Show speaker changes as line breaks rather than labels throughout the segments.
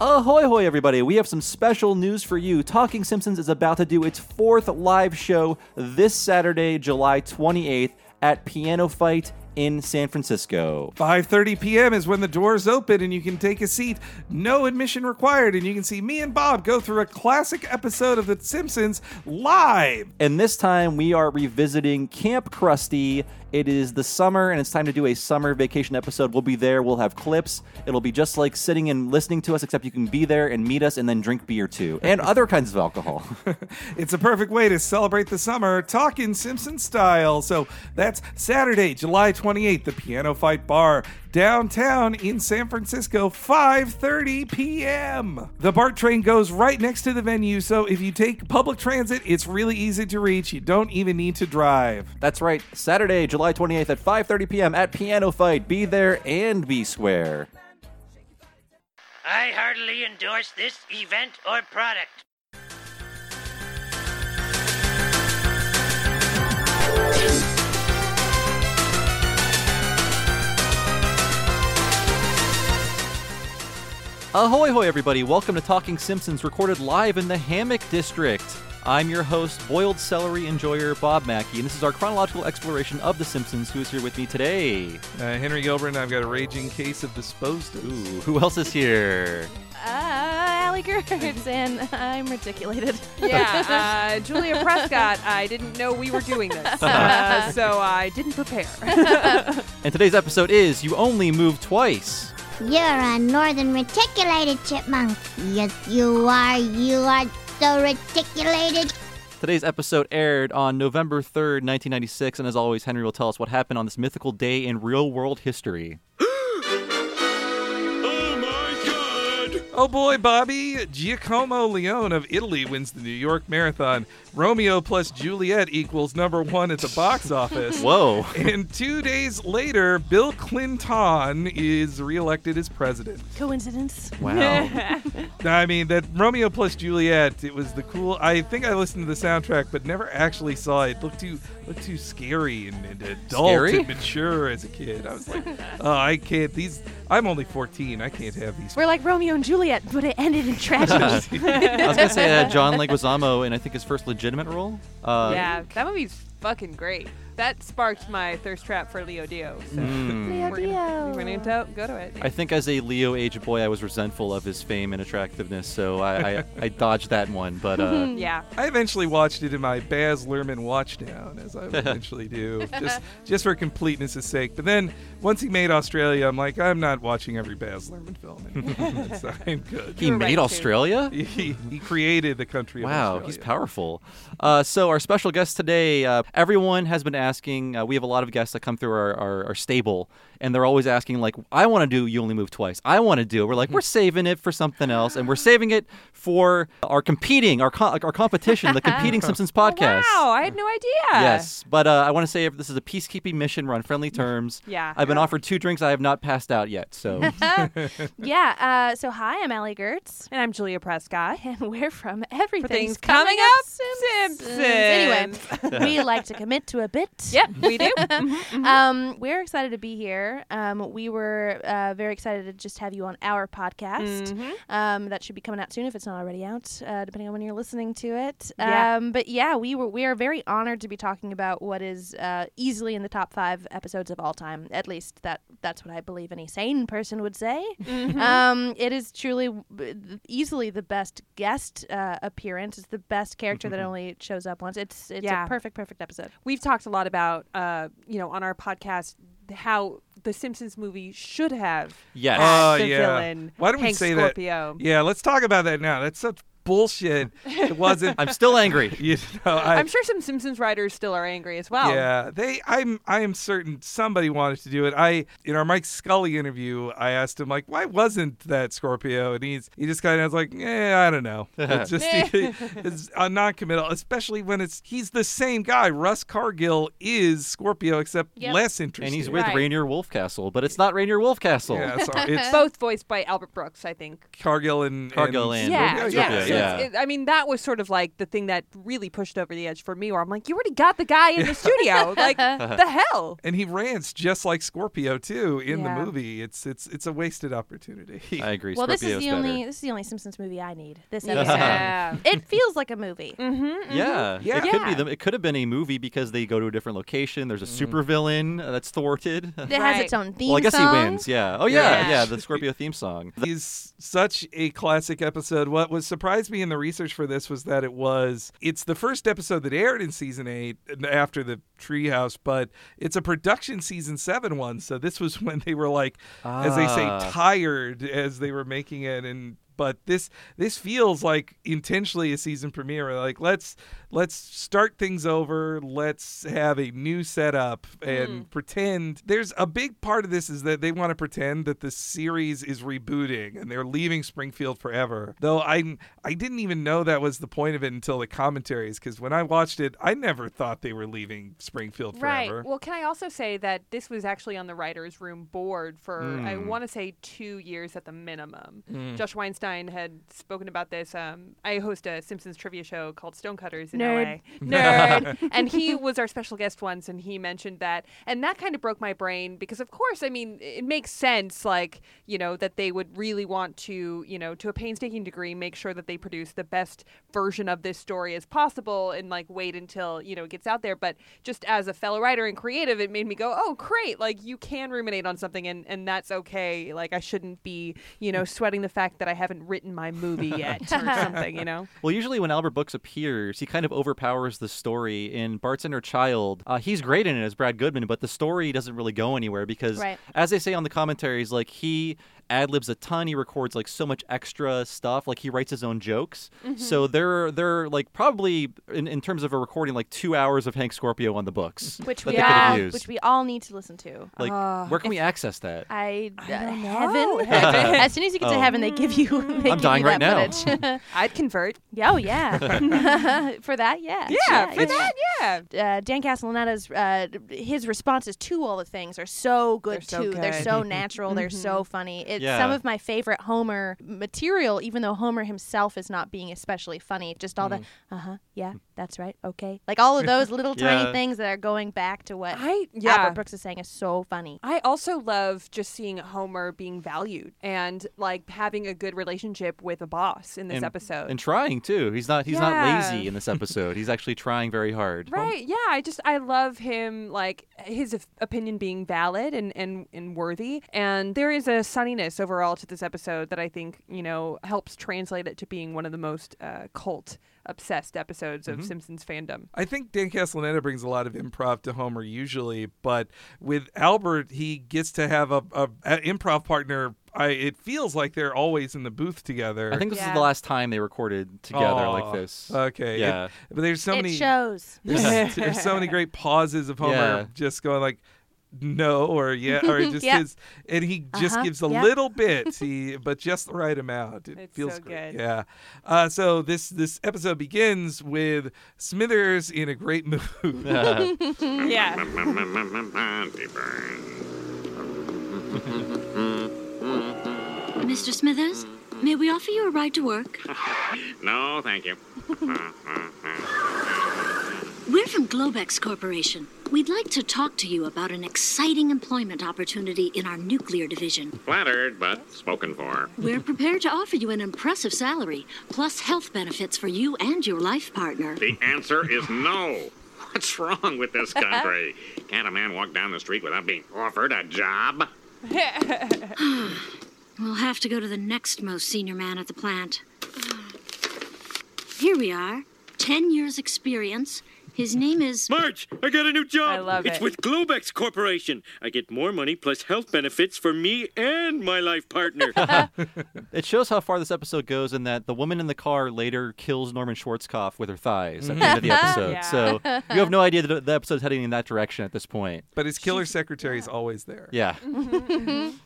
Ahoy, hoy, everybody! We have some special news for you. Talking Simpsons is about to do its fourth live show this Saturday, July 28th at Piano Fight in San Francisco.
5:30 p.m. is when the doors open and you can take a seat. No admission required and you can see me and Bob go through a classic episode of The Simpsons live.
And this time we are revisiting Camp Krusty. It is the summer and it's time to do a summer vacation episode. We'll be there, we'll have clips. It'll be just like sitting and listening to us, except you can be there and meet us and then drink beer too, and other kinds of alcohol.
It's a perfect way to celebrate the summer talking Simpson style. So that's Saturday, July 28th, the Piano Fight Bar downtown in San Francisco, 5:30 p.m. The BART train goes right next to the venue, so if you take public transit, it's really easy to reach. You don't even need to drive.
That's right, Saturday, July 28th at 5.30 p.m. at Piano Fight. Be there and be square.
I heartily endorse this event or product.
Ahoy, hoy, everybody. Welcome to Talking Simpsons, recorded live in the Hammock District. I'm your host, boiled celery enjoyer Bob Mackey, and this is our chronological exploration of The Simpsons. Who is here with me today?
Uh, Henry Gilbert and I've got a raging case of disposed of.
Ooh, who else is here?
Uh, Allie Gertz, and I'm reticulated.
Yeah, uh, Julia Prescott. I didn't know we were doing this, uh, so I didn't prepare.
And today's episode is You Only Move Twice.
You're a northern reticulated chipmunk. Yes, you are. You are so reticulated.
Today's episode aired on November 3rd, 1996, and as always, Henry will tell us what happened on this mythical day in real world history.
Oh boy, Bobby! Giacomo Leone of Italy wins the New York Marathon. Romeo plus Juliet equals number one at the box office.
Whoa.
And two days later, Bill Clinton is reelected as president.
Coincidence?
Wow.
I mean, that Romeo plus Juliet, it was the cool. I think I listened to the soundtrack, but never actually saw it. Looked too, looked too scary and, and adult
Scary?
and mature as a kid. I was like, oh, I can't. These, I'm only 14. I can't have these.
We're like Romeo and Juliet, but it ended in tragedy.
I was going to say uh, John Leguizamo in, I think, his first legitimate role. Uh,
yeah, that movie's fucking great. That sparked my thirst trap for Leo Dio. So
Hmm.
Leo
we're gonna,
Dio.
we're gonna go- go to it.
I think as a Leo aged boy, I was resentful of his fame and attractiveness, so I, I, I dodged that one. But uh,
yeah.
I eventually watched it in my Baz Luhrmann watchdown, as I would eventually do, just just for completeness' sake. But then once he made Australia, I'm like, I'm not watching every Baz Luhrmann film anymore. so I'm good.
he
You were
made
right, too.
Australia?
He, he created the country. Of
Wow,
Australia.
he's powerful. Uh, so our special guest today, uh, everyone has been asking. Uh, we have a lot of guests that come through our, our, our stable, and they're always asking like, "I want to do You Only Move Twice. I want to do." it." We're like, we're saving it for something else, and we're saving it for our competing, our co- our competition, the competing Simpsons podcast.
Wow, I had no idea.
Yes, but uh, I want to say this is a peacekeeping mission. We're on friendly terms.
Yeah.
I've been offered two drinks. I have not passed out yet. So
Mm-hmm. yeah, uh, so hi, I'm Allie Gertz,
And I'm Julia Prescott.
and we're from Everything's
Things coming up, Simpsons.
Mm, Anyway, we like to commit to a bit.
Yep, we do. Mm-hmm,
Um, we're excited to be here. Um, we were uh, very excited to just have you on our podcast.
Mm-hmm.
Um, that should be coming out soon if it's not already out, uh, depending on when you're listening to it.
Yeah.
Um, but yeah, we were we are very honored to be talking about what is uh, easily in the top five episodes of all time. At least that that's what I believe any sane person would say.
Mm-hmm.
Um, it is truly b- easily the best guest uh, appearance. It's the best character
Mm-hmm.
that only shows up once. It's it's
Yeah.
a perfect perfect episode.
We've talked a lot about, uh, you know, on our podcast how the Simpsons movie should have
yes.
Oh,
the
yeah.
villain.
Why don't we
Hank
say that?
Scorpio.
Yeah, let's talk about that now. That's such bullshit. It wasn't.
I'm still angry.
you know, I,
I'm sure some Simpsons writers still are angry as well.
Yeah, they. I'm. I am certain somebody wanted to do it. I in our Mike Scully interview, I asked him like, why wasn't that Scorpio? And he's he just kind of was like, eh, I don't know. It's just
Eh.
it's a non-committal, especially when it's he's the same guy. Russ Cargill is Scorpio, except
Yep.
less interesting.
And he's with
Right.
Rainier Wolfcastle, but it's not Rainier Wolfcastle.
Yeah, sorry. It's
Both voiced by Albert Brooks, I think.
Cargill and
Cargill and
Yeah,
Scorpio.
Wolfcastle.
yeah.
yeah,
So Yeah.
it's, it, I mean, that was sort of like the thing that really pushed over the edge for me, where I'm like, you already got the guy in the studio. Like, the hell?
And he rants just like Scorpio too in
Yeah.
the movie. It's it's it's a wasted opportunity.
I agree.
Well, this is
Scorpio's
the
better.
only this is the only Simpsons movie I need. This episode.
Yeah. Mm-hmm,
it feels like a movie.
Yeah.
Yeah.
It could be
Yeah.
them. It could have been a movie because they go to a different location. There's a supervillain uh, that's thwarted.
Mm-hmm. It has its own theme
well, I guess
song.
he wins. Yeah. Oh yeah, yeah.
Yeah.
the Scorpio theme song.
is such a classic episode. What was surprised me in the research for this was that it was it's the first episode that aired in season eight after the treehouse, but it's a production season seven one. So this was when they were like, as they
Ah.
say, tired as they were making it and but this this feels like intentionally a season premiere like let's let's start things over let's have a new setup and pretend there's a big part of this is that they want to pretend that the series is rebooting and they're leaving springfield forever though i i didn't even know that was the point of it until the commentaries because when i watched it i never thought they were leaving springfield forever
Right. Well, can I also say that this was actually on the writers' room board for I want to say two years at the minimum. Josh Weinstein had spoken about this. Um, I host a Simpsons trivia show called Stonecutters in
Nerd.
LA. Nerd. and he was our special guest once, and he mentioned that, and that kind of broke my brain because, of course, I mean, it makes sense, like you know, that they would really want to, you know, to a painstaking degree, make sure that they produce the best version of this story as possible, and like wait until you know it gets out there. But just as a fellow writer and creative, it made me go, oh, great! Like you can ruminate on something, and and that's okay. Like I shouldn't be, you know, sweating the fact that I haven't written my movie yet or something, you know.
Well, usually when Albert Brooks appears, he kind of overpowers the story. In Bartender Child, uh, he's great in it as Brad Goodman, but the story doesn't really go anywhere because,
Right.
as they say on the commentaries, like he ad libs a ton. He records like so much extra stuff. Like he writes his own jokes.
Mm-hmm.
So they're they're like probably in, in terms of a recording, like two hours of Hank Scorpio on the books,
Which
that
we
they could have
all,
used.
which we all need to listen to.
like, where can we access that?
I, uh,
don't know.
heaven.
Heaven.
as soon as you get to
Oh.
heaven, they give you. They
I'm
give
dying
you
right now.
that Footage.
I'd convert.
yeah, oh yeah. for that, yeah.
Yeah, for that, yeah.
uh, Dan Castellaneta's uh, his responses to all the things are so good
They're so
too. They're
good. Mm-hmm.
so natural. They're so funny. It's
Yeah.
some of my favorite Homer material, even though Homer himself is not being especially funny. Just all
Mm.
the uh huh, yeah, that's right, okay, like all of those little
Yeah.
tiny things that are going back to what
I- yeah.
Albert Brooks is saying is so funny.
I also love just seeing Homer being valued and like having a good relationship with a boss in this
And-
episode.
And trying too. He's not he's
Yeah.
not lazy in this episode. he's actually trying very hard.
Right. Yeah. I just I love him like his op- opinion being valid and and and worthy. And there is a sunniness overall to this episode that I think you know helps translate it to being one of the most uh, cult obsessed episodes
Mm-hmm.
of Simpsons fandom.
Mm-hmm. I think Dan Castellaneta brings a lot of improv to Homer usually, but with Albert, he gets to have a, a, a improv partner. I, it feels like they're always in the booth together.
I think this is
Yeah.
the last time they recorded together
Aw,
like this.
Okay. It-
Yeah.
but there's so
it
many.
shows.
There's, there's so many great pauses of Homer
Yeah.
just going like, no or yeah or just
Yeah.
his, and he just
Uh-huh,
gives a
yeah.
little bit, he but just the right amount. It
It's
feels
so
great.
good.
Yeah. Uh, so this this episode begins with Smithers in a great mood.
Yeah.
Mr. Smithers, may we offer you a ride to work?
No, thank you. Uh,
We're from Globex Corporation. We'd like to talk to you about an exciting employment opportunity in our nuclear division.
Flattered, but spoken for.
We're prepared to offer you an impressive salary, plus health benefits for you and your life partner.
The answer is no. What's wrong with this country? Can't a man walk down the street without being offered a job?
We'll have to go to the next most senior man at the plant. Here we are. Ten years' experience. His name is.
March, I got a new job.
I love
it's
it.
with Globex Corporation. I get more money plus health benefits for me and my life partner.
It shows how far this episode goes in that the woman in the car later kills Norman Schwarzkopf with her thighs at the end of the episode.
Yeah.
So you have no idea that the episode's heading in that direction at this point.
But his killer secretary is always there.
Yeah.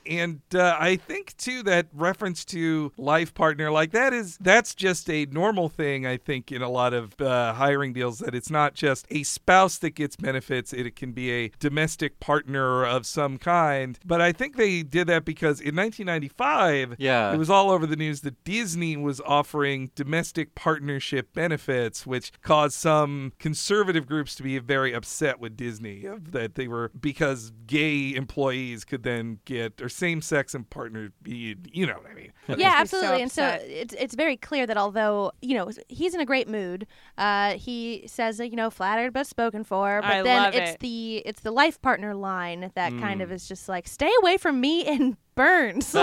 And uh, I think too that reference to life partner, like that is that's just a normal thing. I think in a lot of uh, hiring deals that it's not just a spouse that gets benefits, it can be a domestic partner of some kind. But I think they did that because in 1995,
Yeah.
it was all over the news that Disney was offering domestic partnership benefits, which caused some conservative groups to be very upset with Disney of- that they were because gay employees could then get or same sex and partner, you you know what I mean.
yeah,
makes me so
absolutely. and so
upset.
it's it's very clear that although you know he's in a great mood, uh, he says that, you know flattered but spoken for. But
I
then
love
it's
it.
the it's the life partner line that kind of is just like stay away from me and burns.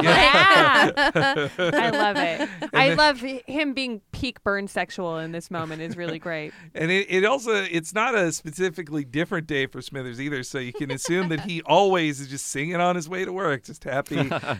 Yeah. I love it. I love h- him being peak burn sexual in this moment is really great.
And it, it also it's not a specifically different day for Smithers either, so you can assume that he always is just singing on his way to work, just happy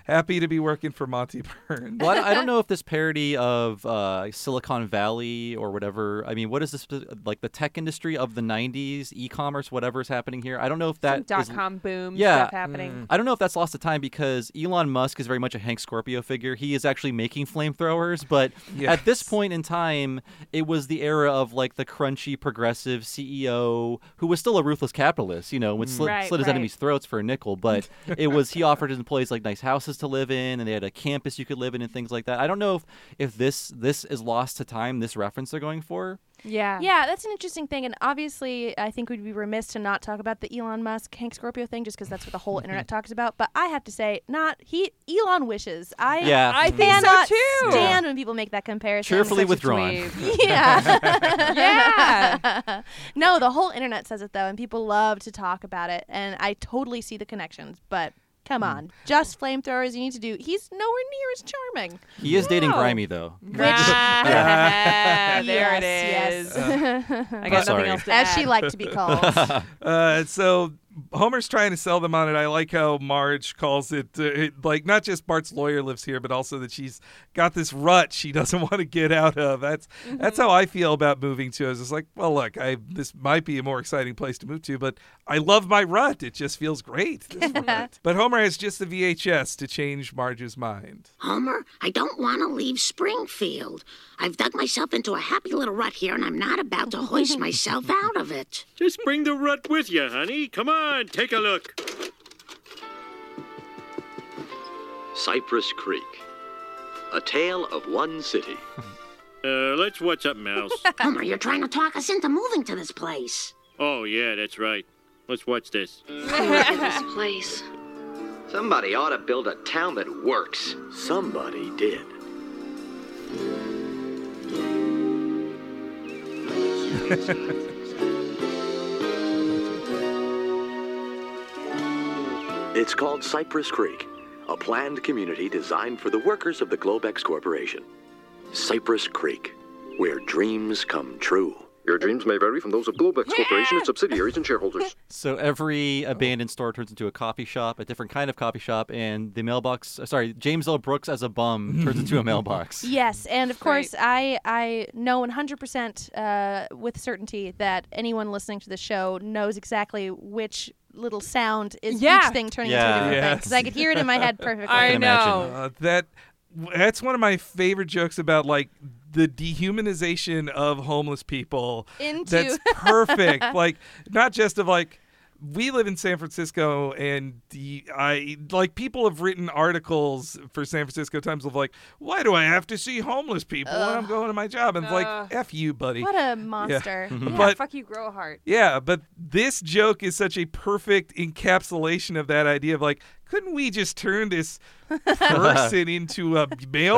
happy to be working for Monty Burns.
Well, I I don't know if this parody of uh, Silicon Valley or whatever. I mean, what is this uh, like the tech industry of the '90s, e-commerce, whatever is happening here? I don't know if that is-
Dot com boom
Yeah.
stuff happening.
I don't know if that's lost to time because Elon Musk is very much a Hank Scorpio figure. He is actually making flamethrowers, but at this point in time, it was the era of like the crunchy progressive CEO who was still a ruthless capitalist, you know, would slit,
Right,
slit his
right.
enemies' throats for a nickel. But it was he offered his employees like nice houses to live in, and they had a campus you could live in, and things like that. I don't know if if this this is lost to time. This reference they're going for.
Yeah.
Yeah, that's an interesting thing, and obviously, I think we'd be remiss to not talk about the Elon Musk Hank Scorpio thing, just because that's what the
Mm-hmm.
whole internet talks about. But I have to say, not he Elon wishes. I
Yeah. I
think so,
cannot
too.
Stand when people make that comparison.
Cheerfully
Such a
withdrawn.
dweeb.
Yeah.
Yeah.
no, the whole internet says it though, and people love to talk about it, and I totally see the connections, but. Come
Mm.
on, just flamethrowers. You need to do. He's nowhere near as charming.
He is dating
No.
Grimy though.
Ah, there it
Yes,
is.
yes.
I got
Uh-huh. sorry.
nothing else to
As
add.
she liked to be called.
Oh, Uh, so Homer's trying to sell them on it. I like how Marge calls it, uh, it like not just Bart's lawyer lives here, but also that she's got this rut she doesn't want to get out of. That's that's
Mm-hmm.
how I feel about moving to. I was just like, well, look, I this might be a more exciting place to move to, but I love my rut. It just feels great. this rut. But Homer has just the VHS to change Marge's mind.
Homer, I don't want to leave Springfield. I've dug myself into a happy little rut here, and I'm not about to hoist myself out of it.
Just bring the rut with you, honey. Come on, take a look.
Cypress Creek. A tale of one city.
Uh, let's watch up, Mouse.
Homer, you're trying to talk us into moving to this place.
oh, yeah, that's right. Let's watch this.
This place.
Somebody ought to build a town that works. Somebody did. it's called Cypress Creek, a planned community designed for the workers of the Globex Corporation. Cypress Creek, where dreams come true.
Your dreams may vary from those of Globex Corporation, its subsidiaries, and shareholders.
So every abandoned store turns into a coffee shop, a different kind of coffee shop, and the mailbox. uh, Sorry, James L. Brooks as a bum turns into a mailbox.
Yes, and of course, I I know 100% uh, with certainty that anyone listening to the show knows exactly which little sound is
Yeah.
each thing turning
Yeah.
into a different thing because I
Yes.
could hear it in my head perfectly.
I
can imagine.
know.
Uh, that that's one of my favorite jokes about like the dehumanization of homeless people.
Into-
that's perfect. like not just of like we live in San Francisco and the I like people have written articles for San Francisco Times of like why do I have to see homeless people when I'm going to my job and like f you buddy.
What a monster.
Yeah,
But-
fuck you, grow a heart.
Yeah, but this joke is such a perfect encapsulation of that idea of like, couldn't we just turn this person into a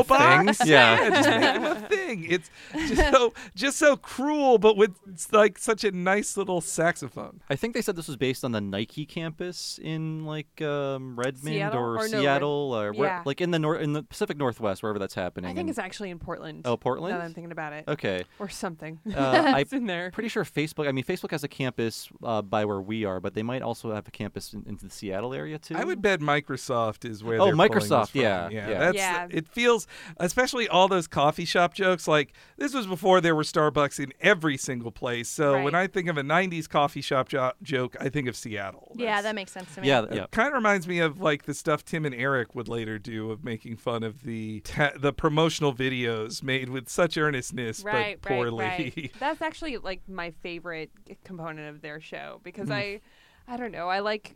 mailbox?
thing? Yeah.
just make him a thing. It's just so just so cruel, but with like such a nice little saxophone.
I think they said this was based on the Nike campus in like um, Redmond
Seattle?
or,
Or no, Red-
Seattle or where-
yeah.
like in the nor- in the Pacific Northwest, wherever that's happening.
I think
And-
it's actually in Portland.
Oh, Portland?
Now that I'm thinking about it.
okay.
Or something.
Uh, I-
it's in there.
Pretty sure Facebook. I mean, Facebook has a campus uh, by where we are, but they might also have a campus in, in the Seattle area too.
I would bet said Microsoft is where.
Oh,
they're pulling this
Microsoft,
from.
yeah,
yeah.
yeah.
That's
Yeah.
it. Feels especially all those coffee shop jokes. Like this was before there were Starbucks in every single place. So when I think of a '90s coffee shop jo- joke, I think of Seattle.
yeah, that makes sense to me.
Kind of reminds me of like the stuff Tim and Eric would later do of making fun of the ta- the promotional videos made with such earnestness
right,
but poorly.
Right, right. That's actually like my favorite component of their show because
Mm.
I, I don't know, I like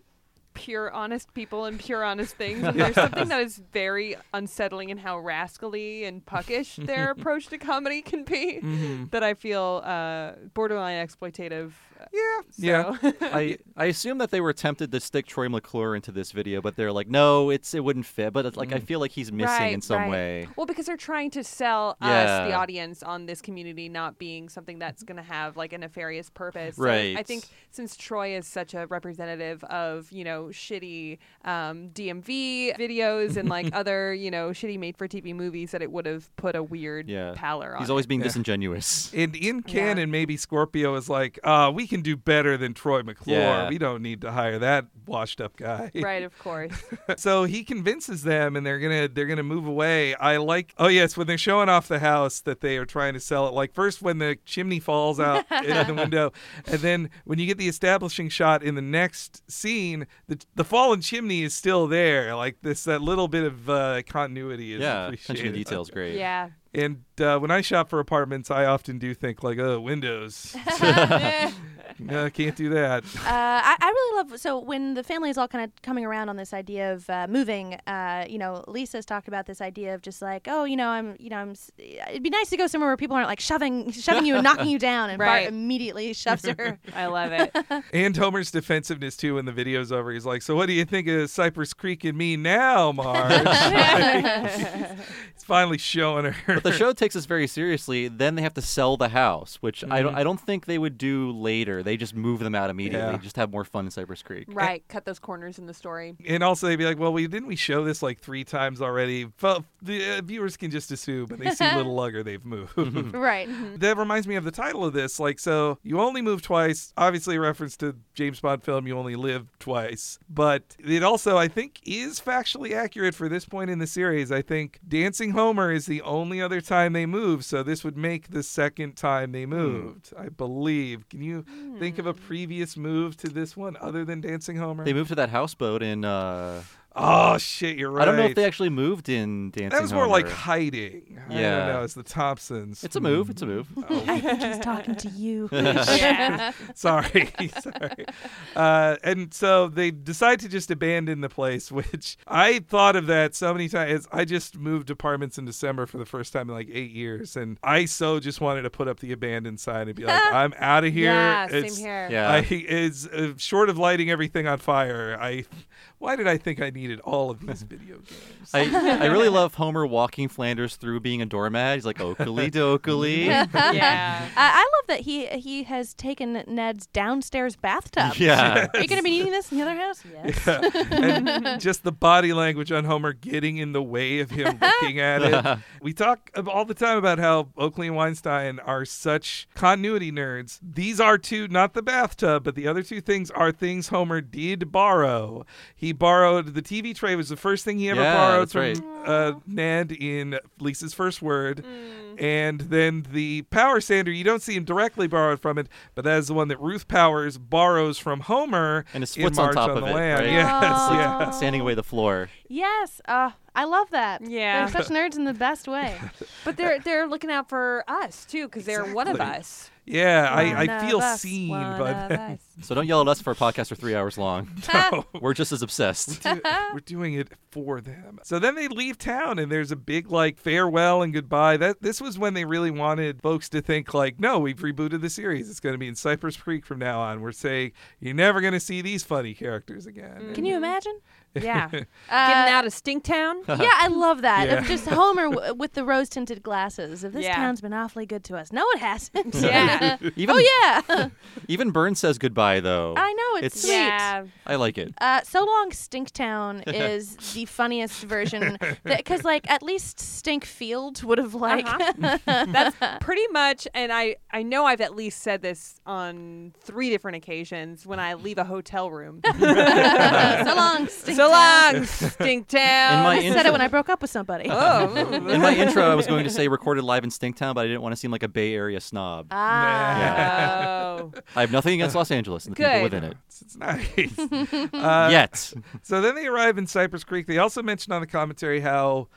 pure honest people and pure honest things. And there's something that is very unsettling in how rascally and puckish their approach to comedy can be
Mm-hmm.
Mhm.
that I feel uh, borderline exploitative. uh,
Yeah.
Yeah, I I assume that they were tempted to stick Troy McClure into this video, but they're like, no, it's it wouldn't fit. But it's like I
Mm.
feel like he's missing in some way.
Well, because they're trying to sell us, the
Yeah.
audience, on this community not being something that's going to have like a nefarious purpose. So
Right.
I think since Troy is such a representative of you know shitty um, DMV videos and like other you know shitty made-for-TV movies, that it would have put a weird
Yeah,
pallor on.
he's
it.
always being
Yeah.
disingenuous.
And in canon, maybe Scorpio is like, uh, we can do better than Troy McClure.
Yeah.
We don't need to hire that washed up guy.
right, of course.
so he convinces them and they're gonna they're gonna move away. I like oh yes, when they're showing off the house that they are trying to sell it, like first when the chimney falls out in the window, and then when you get the establishing shot in the next scene, the the fallen chimney is still there. Like this that little bit of uh, continuity is
Yeah, attention to
appreciated.
detail is great.
Yeah.
And uh, when I shop for apartments, I often do think like, oh, windows. no, can't do that.
uh, I, I really love so when the family is all kind of coming around on this idea of uh, moving. Uh, you know, Lisa's talked about this idea of just like, oh, you know, I'm, you know, I'm. s- It'd be nice to go somewhere where people aren't like shoving, shoving you and knocking you down. And
Right.
Bart immediately shoves her.
I love it.
And Homer's defensiveness too when the video's over. He's like, "So what do you think of Cypress Creek and me now, Marge?" it's finally showing her.
But the show takes this very seriously. Then they have to sell the house, which I don't
Mhm.
I don't think they would do later. They just move them out immediately.
Yeah.
Just have more fun in Cypress Creek.
right. Cut those corners in the story.
And also they'd be like, "Well, we didn't we show this like three times already?" But the uh, viewers can just assume, and they see Little Lugger, they've moved.
right.
That reminds me of the title of this. Like, so you only move twice. Obviously, a reference to James Bond film, you only live twice. But it also, I think, is factually accurate for this point in the series. I think Dancing Homer is the only other time they move. So this would make the second time they moved, I believe. Can you think of a previous move to this one other than Dancing Homer?
They moved to that houseboat in. Uh,
Oh, shit, you're
I don't know
right.
if they actually moved in Dancing.
that was more like
Homer.
hiding. I
Yeah.
don't know. It's the Thompsons.
It's a move. It's a move.
Oh.
I think he's talking to you.
Yeah.
sorry, sorry. Uh, and so they decide to just abandon the place, which I thought of that so many times. I just moved apartments in December for the first time in like eight years, and I so just wanted to put up the abandoned sign and be like, "I'm out of here."
Yeah, same here. Yeah.
I, it's uh, short of lighting everything on fire. I, why did I think I needed all of these video games?
I, I really love Homer walking Flanders through being a doormat. He's like, Oakley dokley.
Yeah.
I, I love that he he has taken Ned's downstairs bathtub.
Yeah.
Are you going to be needing this in the other house? Yes.
Yeah. and just the body language on Homer getting in the way of him looking at it. We talk ab- all the time about how Oakley and Weinstein are such continuity nerds. These are two, not the bathtub, but the other two things are things Homer did borrow. He borrowed the TV tray was the first thing he ever
Yeah,
borrowed
that's
from uh, Ned in Lisa's first word. And then the power sander, you don't see him directly borrow it from it, but that is the one that Ruth Powers borrows from Homer
And his
in
foot's on
March
top
on
of
the
it.
Lamb.
right?
Yes,
It's like
yeah.
sanding away the floor.
Yes. Uh, I love that.
Yeah.
They're such nerds in the best way.
But they're they're looking out for us too because they're one of
Exactly.
us.
Yeah, I,
One
I feel
of us,
seen
one
by
of
them.
So don't yell at us for a podcast for three hours long.
No.
We're just as obsessed.
Do- We're doing it for them. So then they leave town, and there's a big like farewell and goodbye. That this was when they really wanted folks to think like, no, we've rebooted the series. It's going to be in Cypress Creek from now on. We're saying you're never going to see these funny characters again.
Can you imagine?
Yeah. Getting
Uh,
out of Stinktown.
yeah, I love that. Of
Yeah.
just Homer w- with the rose tinted glasses. If this
Yeah.
town's been awfully good to us. No, it hasn't.
Yeah.
Even,
oh, yeah.
Even Burns says goodbye, though.
I know, it's sweet. Yeah.
I like it.
Uh, so long, Stinktown is the funniest version because, like, at least Stinkfield would have like.
Uh-huh. That's pretty much, and I I know I've at least said this on three different occasions when I leave a hotel room.
so long, Stinktown.
So long, stink town.
In my
I said it
intro-
when I broke up with somebody.
Oh.
In my intro, I was going to say recorded live in Stinktown, but I didn't want to seem like a Bay Area snob.
Ah.
Oh.
I have nothing against Los Angeles and the people
Good.
within it.
It's nice. Uh,
Yet.
So then they arrive in Cypress Creek. They also mentioned on the commentary how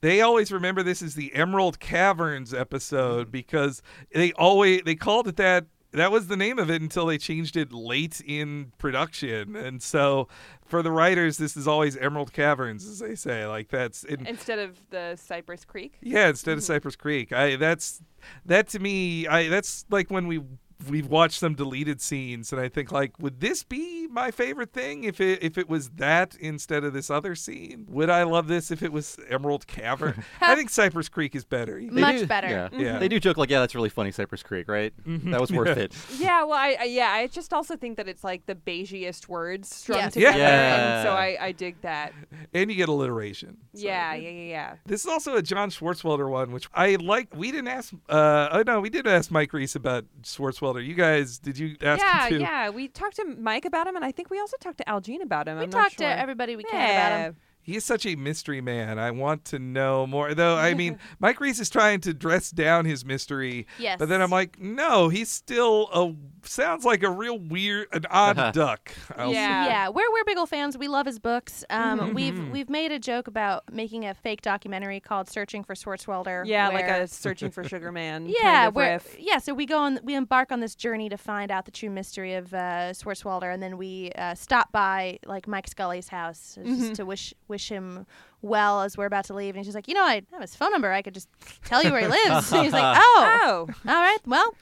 they always remember this as the Emerald Caverns episode because they always they called it that. That was the name of it until they changed it late in production. And so for the writers, this is always Emerald Caverns, as they say. Like that's and
Instead of the Cypress Creek.
yeah, instead
Mm-hmm.
of Cypress Creek. I that's that to me, I that's like when we we've watched some deleted scenes and I think like would this be my favorite thing if it if it was that instead of this other scene? Would I love this if it was Emerald Cavern? I think Cypress Creek is better.
They do- Yeah.
Yeah. Mm-hmm.
They do joke like, yeah, that's really funny, Cypress Creek, right? That was worth
Yeah.
it.
Yeah, well, I, I yeah, I just also think that it's like the beigiest words strung
Yeah.
together,
Yeah.
and so I, I dig that.
And you get alliteration.
Yeah, yeah, yeah, yeah.
This is also a John Schwartzwelder one, which I like. We didn't ask. Uh, oh no, we did ask Mike Reese about Schwartzwelder. You guys, did you ask
yeah,
him too?
yeah. We talked to Mike about him, and I think we also talked to Al Jean about him.
We
I'm not
talked to
sure.
everybody we can about him.
He is such a mystery man. I want to know more. Though, I mean, Mike Reese is trying to dress down his mystery.
Yes.
But then I'm like, no, he's still a sounds like a real weird, an odd duck. I'll-
yeah. We're we're big old fans. We love his books. Um,
Mm-hmm.
Mhm.
We've we've made a joke about making a fake documentary called "Searching for Swartzwelder."
Yeah, like
where-
a Searching for Sugar Man.
yeah,
kind of
we're-
riff.
yeah. So we go on, we embark on this journey to find out the true mystery of uh, Swartzwelder, and then we uh, stop by like Mike Scully's house just
Mhm.
to wish wish him well as we're about to leave. And she's like, you know, I have his phone number. I could just tell you where he lives. and he's like, oh, all right, well,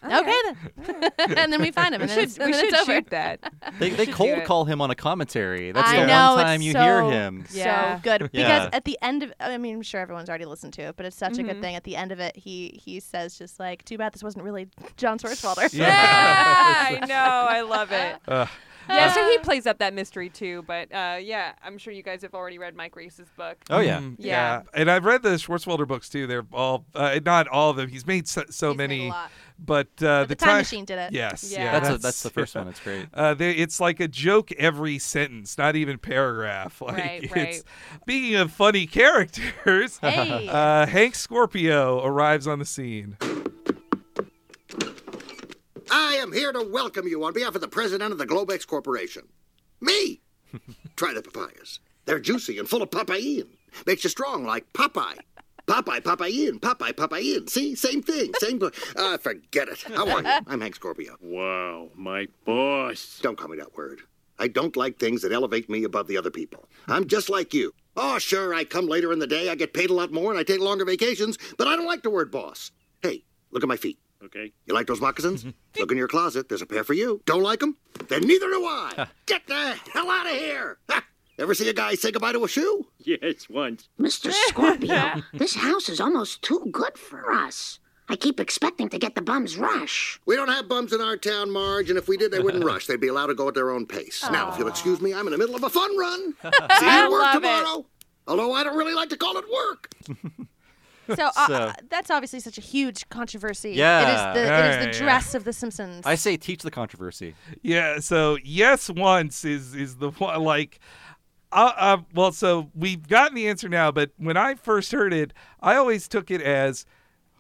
okay then. and then we find him,
We
and,
should-
it's, and
we
then it's
should
over.
shoot that.
They,
should
they
do
cold
it.
call him on a commentary. That's
I
the
know,
one time
it's
you
so,
hear him.
Yeah.
So good
Yeah.
because at the end of I mean I'm sure everyone's already listened to it, but it's such a
Mhm.
good thing. At the end of it, he he says just like, "Too bad this wasn't really John Swartzwelder."
Yeah.
Yeah, I know. I love it.
Ugh.
Yeah, so
Uh.
he plays up that mystery too. But uh, yeah, I'm sure you guys have already read Mike Reese's book.
Oh yeah.
Mm,
yeah, And I've read the Schwartzwelder books too. They're all uh, not all of them. He's made so, so
made a
many,
lot.
but uh,
the Time Machine did it.
Yes,
Yeah.
yeah,
That's a- that's the first one. It's great.
Uh, they, it's like a joke every sentence, not even paragraph. Like
Right,
it's,
right.
Speaking of funny characters,
Hey.
uh, Hank Scorpio arrives on the scene.
I am here to welcome you on behalf of the president of the Globex Corporation. Me! Try the papayas. They're juicy and full of papain. Makes you strong like Popeye. Popeye, papain, Popeye, papain. See? Same thing. Same. Ah, forget it. How are you? I'm Hank Scorpio.
Wow, my boss.
Don't call me that word. I don't like things that elevate me above the other people. I'm just like you. Oh, sure, I come later in the day, I get paid a lot more, and I take longer vacations, but I don't like the word boss. Hey, look at my feet.
Okay.
You like those moccasins? Look in your closet. There's a pair for you. Don't like them? Then neither do I. Get the hell out of here. Ha! Ever see a guy say goodbye to a shoe?
Yes, once.
Mr.
Scorpio, this house is almost too good for us. I keep expecting to get the bum's rush.
We don't have bums in our town, Marge, and if we did, they wouldn't rush. They'd be allowed to go at their own pace. Now, if you'll excuse me, I'm in the middle of a fun run. See you
I
at work
love it.
tomorrow. Although I don't really like to call it work.
So, uh,
So-
uh, that's obviously such a huge controversy.
Yeah.
it is the it
Yeah,
is
yeah.
the dress of the Simpsons.
I say teach the controversy.
Yeah. So yes, once is is the one like. Uh, uh, well, so we've gotten the answer now, but when I first heard it, I always took it as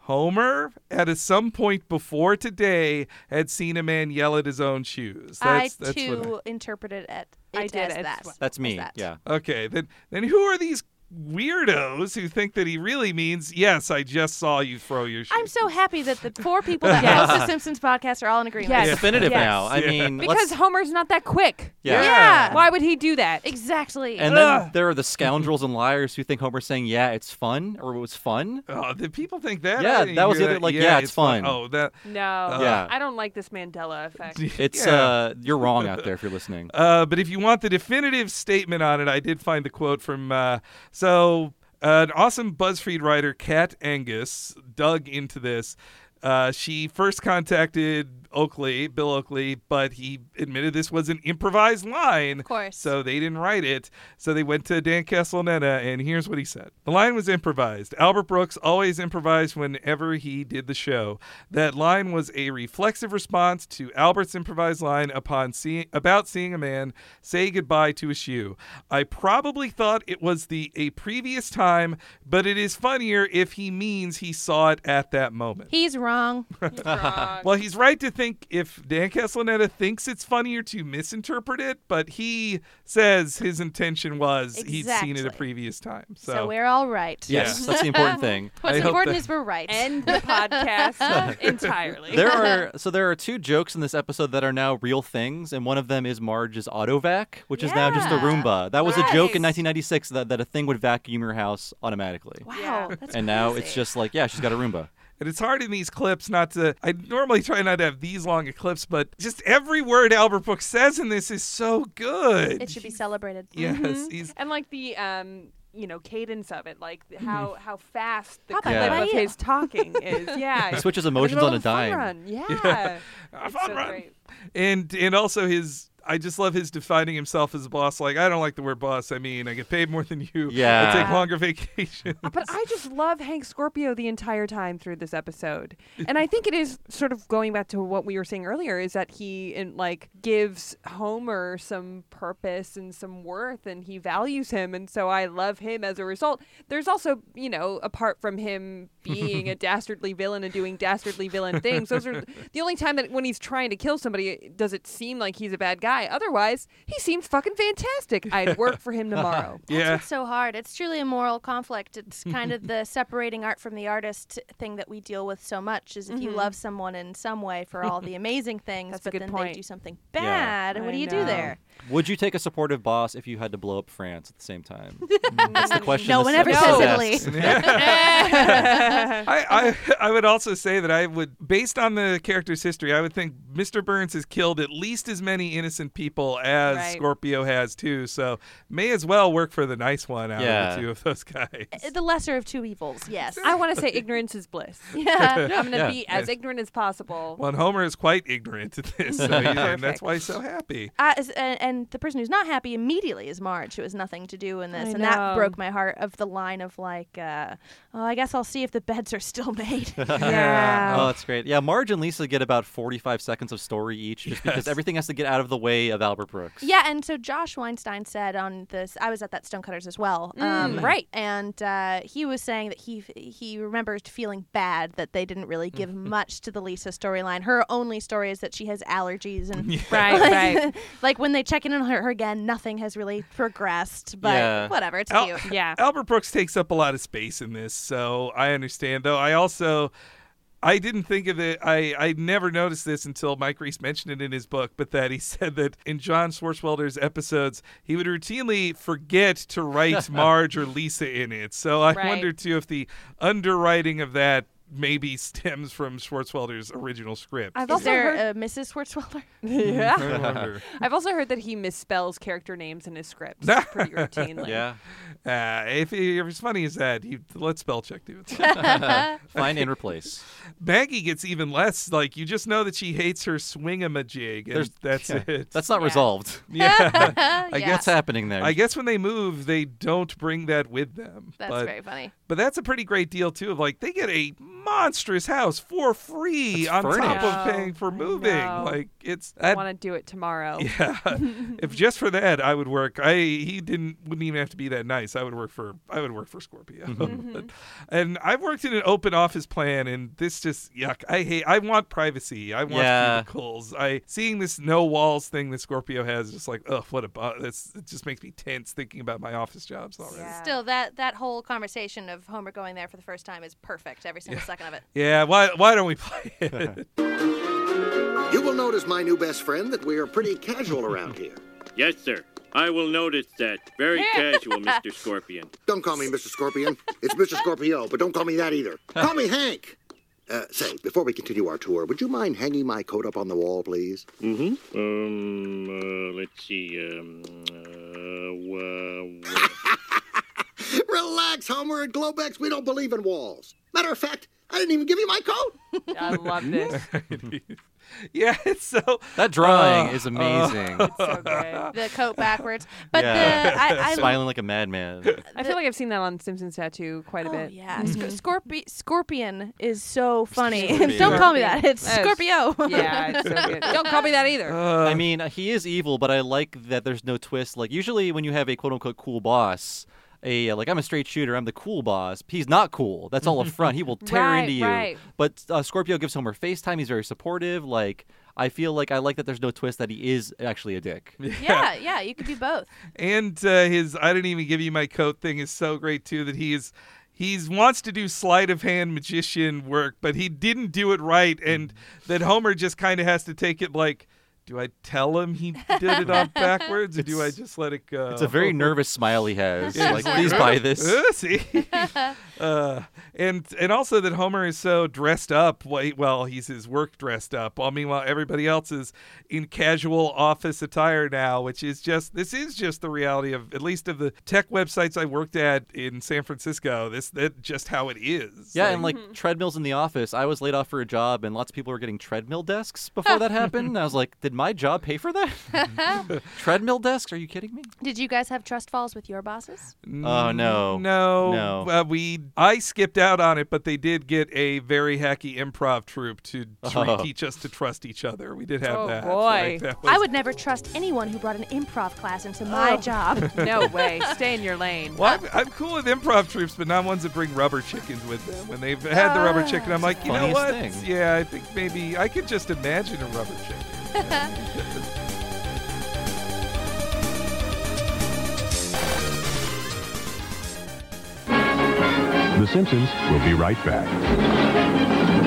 Homer at a, some point before today had seen a man yell at his own shoes.
I
That's, that's what
too interpreted it, it
I did
as
it.
that.
That's me. Yeah.
Okay, then then who are these weirdos who think that he really means? Yes, I just saw you throw your. Sh-.
I'm so happy that the four people that host the Simpsons podcast are all in agreement.
Yes.
It's definitive
Yes.
now. I
Yeah.
mean,
Because
let's-
Homer's not that quick.
Yeah.
Yeah.
Why would he do that?
Exactly.
and then there are the scoundrels and liars who think Homer's saying, "Yeah, it's fun," or "It was fun."
Oh, did people think that?
Yeah,
I didn't
that was
hear
the other- like, yeah, it's fun.
Oh, that.
No.
Yeah.
I don't like this Mandela effect.
It's
Yeah.
uh, you're wrong out there if you're listening.
Uh, but if you want the definitive statement on it, I did find the quote from uh, so uh, an awesome BuzzFeed writer, Kat Angus, dug into this. Uh, she first contacted Oakley, Bill Oakley, but he admitted this was an improvised line. Of
course.
So they didn't write it. So they went to Dan Castellaneta, and here's what he said The line was improvised. Albert Brooks always improvised whenever he did the show. That line was a reflexive response to Albert's improvised line upon seeing about seeing a man say goodbye to a shoe. I probably thought it was the a previous time, but it is funnier if he means he saw it at that moment.
He's wrong.
well, he's right to think if Dan Castellaneta thinks it's funnier to misinterpret it, but he says his intention was he'd seen it a
Exactly.
previous time. So,
So, we're all right.
Yes, that's the important thing.
What's
I hope
important
that-
is we're right.
End the podcast entirely.
There are so there are two jokes in this episode that are now real things, and one of them is Marge's auto vac, which is now just a Roomba. That was a joke in 1996 that, that a thing would vacuum your house automatically.
Wow, that's
and now it's just like, yeah, she's got a Roomba.
and it's hard in these clips not to. I normally try not to have these long clips, but just every word Albert Brooks says in this is so good.
It should be celebrated.
yes,
Mhm.
he's Mm-hmm.
and like the um, you know, cadence of it, like th- how how fast the
Papa,
clip
Yeah.
of
Papa.
his talking is. Yeah,
He switches
Like a
emotions on a
little fun
dime.
run. Yeah,
Yeah.
It's
fun
so
run.
great.
and and also his. I just love his defining himself as a boss. Like I don't like the word boss. I mean, I get paid more than you.
Yeah.
I take longer vacations.
Uh, But I just love Hank Scorpio the entire time through this episode. And I think it is sort of going back to what we were saying earlier is that he in, like gives Homer some purpose and some worth and he values him and so I love him as a result. There's also, you know, apart from him being a dastardly villain and doing dastardly villain things, those are the only time that when he's trying to kill somebody it- does it seem like he's a bad guy. Otherwise, he seems fucking fantastic. I'd work for him tomorrow.
yeah.
It's so hard. It's truly a moral conflict. It's kind of the separating art from the artist thing that we deal with so much. Is if you love someone in some way for all the amazing things,
Mm-hmm. That's a
but
good
then
point.
they do something bad,
I
what do you
know.
do there?
Would you take a supportive boss if you had to blow up France at the same time? That's the question.
No
this
one ever
episode
says
asks.
Italy.
I, I I would also say that I would, based on the character's history, I would think Mr. Burns has killed at least as many innocent people as
Right.
Scorpio has too. So may as well work for the nice one out of
Yeah.
the two of those guys.
The lesser of two evils. Yes.
I want to say ignorance is bliss.
yeah.
I'm gonna
Yeah.
be as ignorant as possible.
Well, and Homer is quite ignorant to this, so he's- and that's
Perfect.
why he's so happy.
Uh, is- and, and the person who's not happy immediately is Marge, who has nothing to do in this,
I
and that
know.
broke my heart. Of the line of like, uh, "Oh, I guess I'll see if the beds are still made."
Oh, that's great. Yeah, Marge and Lisa get about 45 seconds of story each just because everything has to get out of the way of Albert Brooks.
Yeah, and so Josh Weinstein said on this, I was at that Stonecutters as well,
Mm,
um, right? And uh, he was saying that he he remembers feeling bad that they didn't really give much to the Lisa storyline. Her only story is that she has allergies, and
Right,
like,
right.
like when they check in on her, her again, nothing has really progressed. But
Yeah.
whatever, it's
Al-
cute.
Oh, Yeah.
Albert Brooks takes up a lot of space in this, so I understand. Though I also, I didn't think of it. I I never noticed this until Mike Reese mentioned it in his book, but that he said that in John Swartzwelder's episodes, he would routinely forget to write Marge or Lisa in it. So I
Right.
wonder too if the underwriting of that maybe stems from Schwartzwelder's original script.
I've
Is
also
there
heard.
a Mrs. Schwartzwelder?
yeah.
I wonder.
I've also heard that he misspells character names in his scripts pretty routinely.
Yeah.
Uh, if, if it's funny as that, you, let's spell check you.
Find and replace.
Maggie gets even less. Like you just know that she hates her swing a jig, and
There's-
that's
yeah.
it.
That's not resolved.
yeah.
I guess happening there.
I guess when they move, they don't bring that with them.
That's
but,
very funny.
But that's a pretty great deal too. Of like they get a monstrous house for free
It's
on top
furnished.
of
Wow.
paying for
I
moving.
know.
Like it's
I
that.
want to do it tomorrow.
yeah. if just for that, I would work. I he didn't wouldn't even have to be that nice. I would work for I would work for Scorpio.
Mm-hmm.
But- and I've worked in an open office plan, and this just yuck. I hate. I want privacy. I want
Yeah.
cubicles. I seeing this no walls thing that Scorpio has is just like ugh. What a bu- that's it just makes me tense thinking about my office jobs already. Yeah.
Yeah.
Still, that that whole conversation of Homer going there for the first time is perfect. Every single second of it.
why why don't we play it?
You will notice, my new best friend, that we are pretty casual around here.
Yes, sir. I will notice that. Very casual, Mr. Scorpion.
Don't call me Mr. Scorpion. It's Mr. Scorpio, but don't call me that either. Call me Hank. Uh, say, before we continue our tour, would you mind hanging my coat up on the wall, please?
Mm-hmm. Um, uh, let's see. Um, uh, wha-
Relax, Homer and Globex. We don't believe in walls. Matter of fact, I didn't even give you my coat.
I love this.
yeah, it's so
That drawing
uh,
is
uh,
amazing. It's
so great.
the coat backwards. But
yeah.
the I, I
smiling like a madman.
I feel like I've seen that on Simpsons Tattoo quite a
Oh,
bit.
yeah, Sc- Scorpi- Scorpion is so funny.
Scorpion.
Don't call me that. It's
That's-
Scorpio.
yeah, it's so good. Don't call me that either.
I mean, uh, he is evil, but I like that there's no twist. Like usually when you have a quote unquote cool boss, a uh, like I'm a straight shooter, I'm the cool boss. He's not cool. That's all a front. He will tear
Right,
into you.
right.
But uh, Scorpio gives him her FaceTime. He's very supportive. Like I feel like I like that there's no twist that he is actually a dick.
yeah, yeah. You could do both.
and uh, his I didn't even give you my coat thing is so great too that he is he's wants to do sleight of hand magician work, but he didn't do it right, and that Homer just kind of has to take it like. Do I tell him he did it on backwards, or do I just let it go?
It's a very nervous smile he has.
uh, oh. Yeah,
like
it's like,
please
uh,
buy this.
uh, see, uh, and and also that Homer is so dressed up. while he- Well, he's his work dressed up. While meanwhile, everybody else is in casual office attire now, which is just this is just the reality of at least of the tech websites I worked at in San Francisco. This that just how it is.
Yeah, and like treadmills in the office. I was laid off for a job, and lots of people were getting treadmill desks before that happened. And I was like, did my job pay for that? treadmill desks? Are you kidding me?
Did you guys have trust falls with your bosses?
Oh
No,
no, no.
Uh, we I skipped out on it, but they did get a very hacky improv troupe to tr-
Oh.
teach us to trust each other. We did have
Oh,
that.
boy.
that was-
I would never trust anyone who brought an improv class into my
Oh.
job.
No way. Stay in your lane.
Well, I'm, I'm cool with improv troops, but not ones that bring rubber chickens with them. When they've had the rubber chicken, I'm like, you know
funniest
what?
thing.
Yeah, I think maybe I could just imagine a rubber chicken.
The Simpsons will be right back.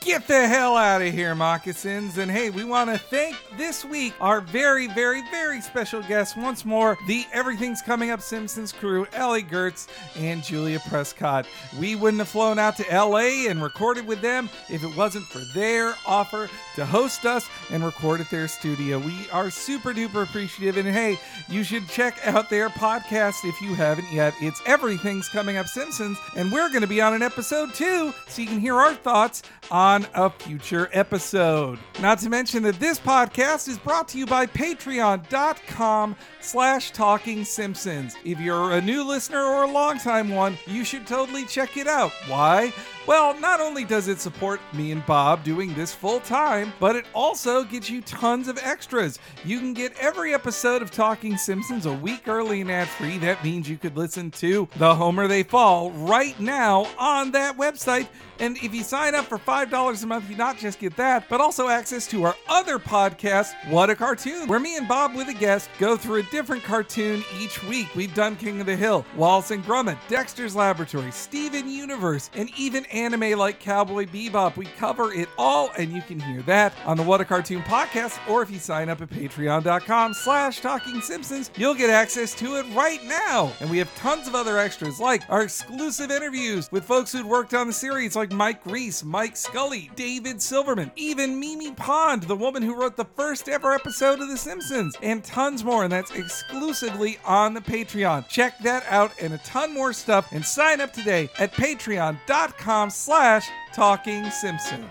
Get the hell out of here, moccasins. And hey, we want to thank this week our very, very, very special guest once more, the Everything's Coming Up Simpsons crew, Ellie Gertz and Julia Prescott. We wouldn't have flown out to LA and recorded with them if it wasn't for their offer to host us and record at their studio. We are super duper appreciative. And hey, you should check out their podcast if you haven't yet. It's Everything's Coming Up Simpsons, and we're going to be on an episode too, so you can hear our thoughts on a future episode. Not to mention that this podcast is brought to you by patreon.com slash talking simpsons. If you're a new listener or a longtime one, you should totally check it out. Why? Well, not only does it support me and Bob doing this full time, but it also gets you tons of extras. You can get every episode of Talking Simpsons a week early and ad free. That means you could listen to The Homer They Fall right now on that website. And if you sign up for $5 a month, you not just get that, but also access to our other podcast, What a Cartoon, where me and Bob with a guest go through a different cartoon each week. We've done King of the Hill, Wallace and Gromit, Dexter's Laboratory, Steven Universe, and even anime like Cowboy Bebop. We cover it all, and you can hear that on the What a Cartoon podcast, or if you sign up at patreon.com slash talking simpsons, you'll get access to it right now. And we have tons of other extras like our exclusive interviews with folks who'd worked on the series like Mike Reese, Mike Scully, David Silverman, even Mimi Pond, the woman who wrote the first ever episode of The Simpsons, and tons more. And that's exclusively on the Patreon. Check that out and a ton more stuff and sign up today at patreon.com slash talking simpsons.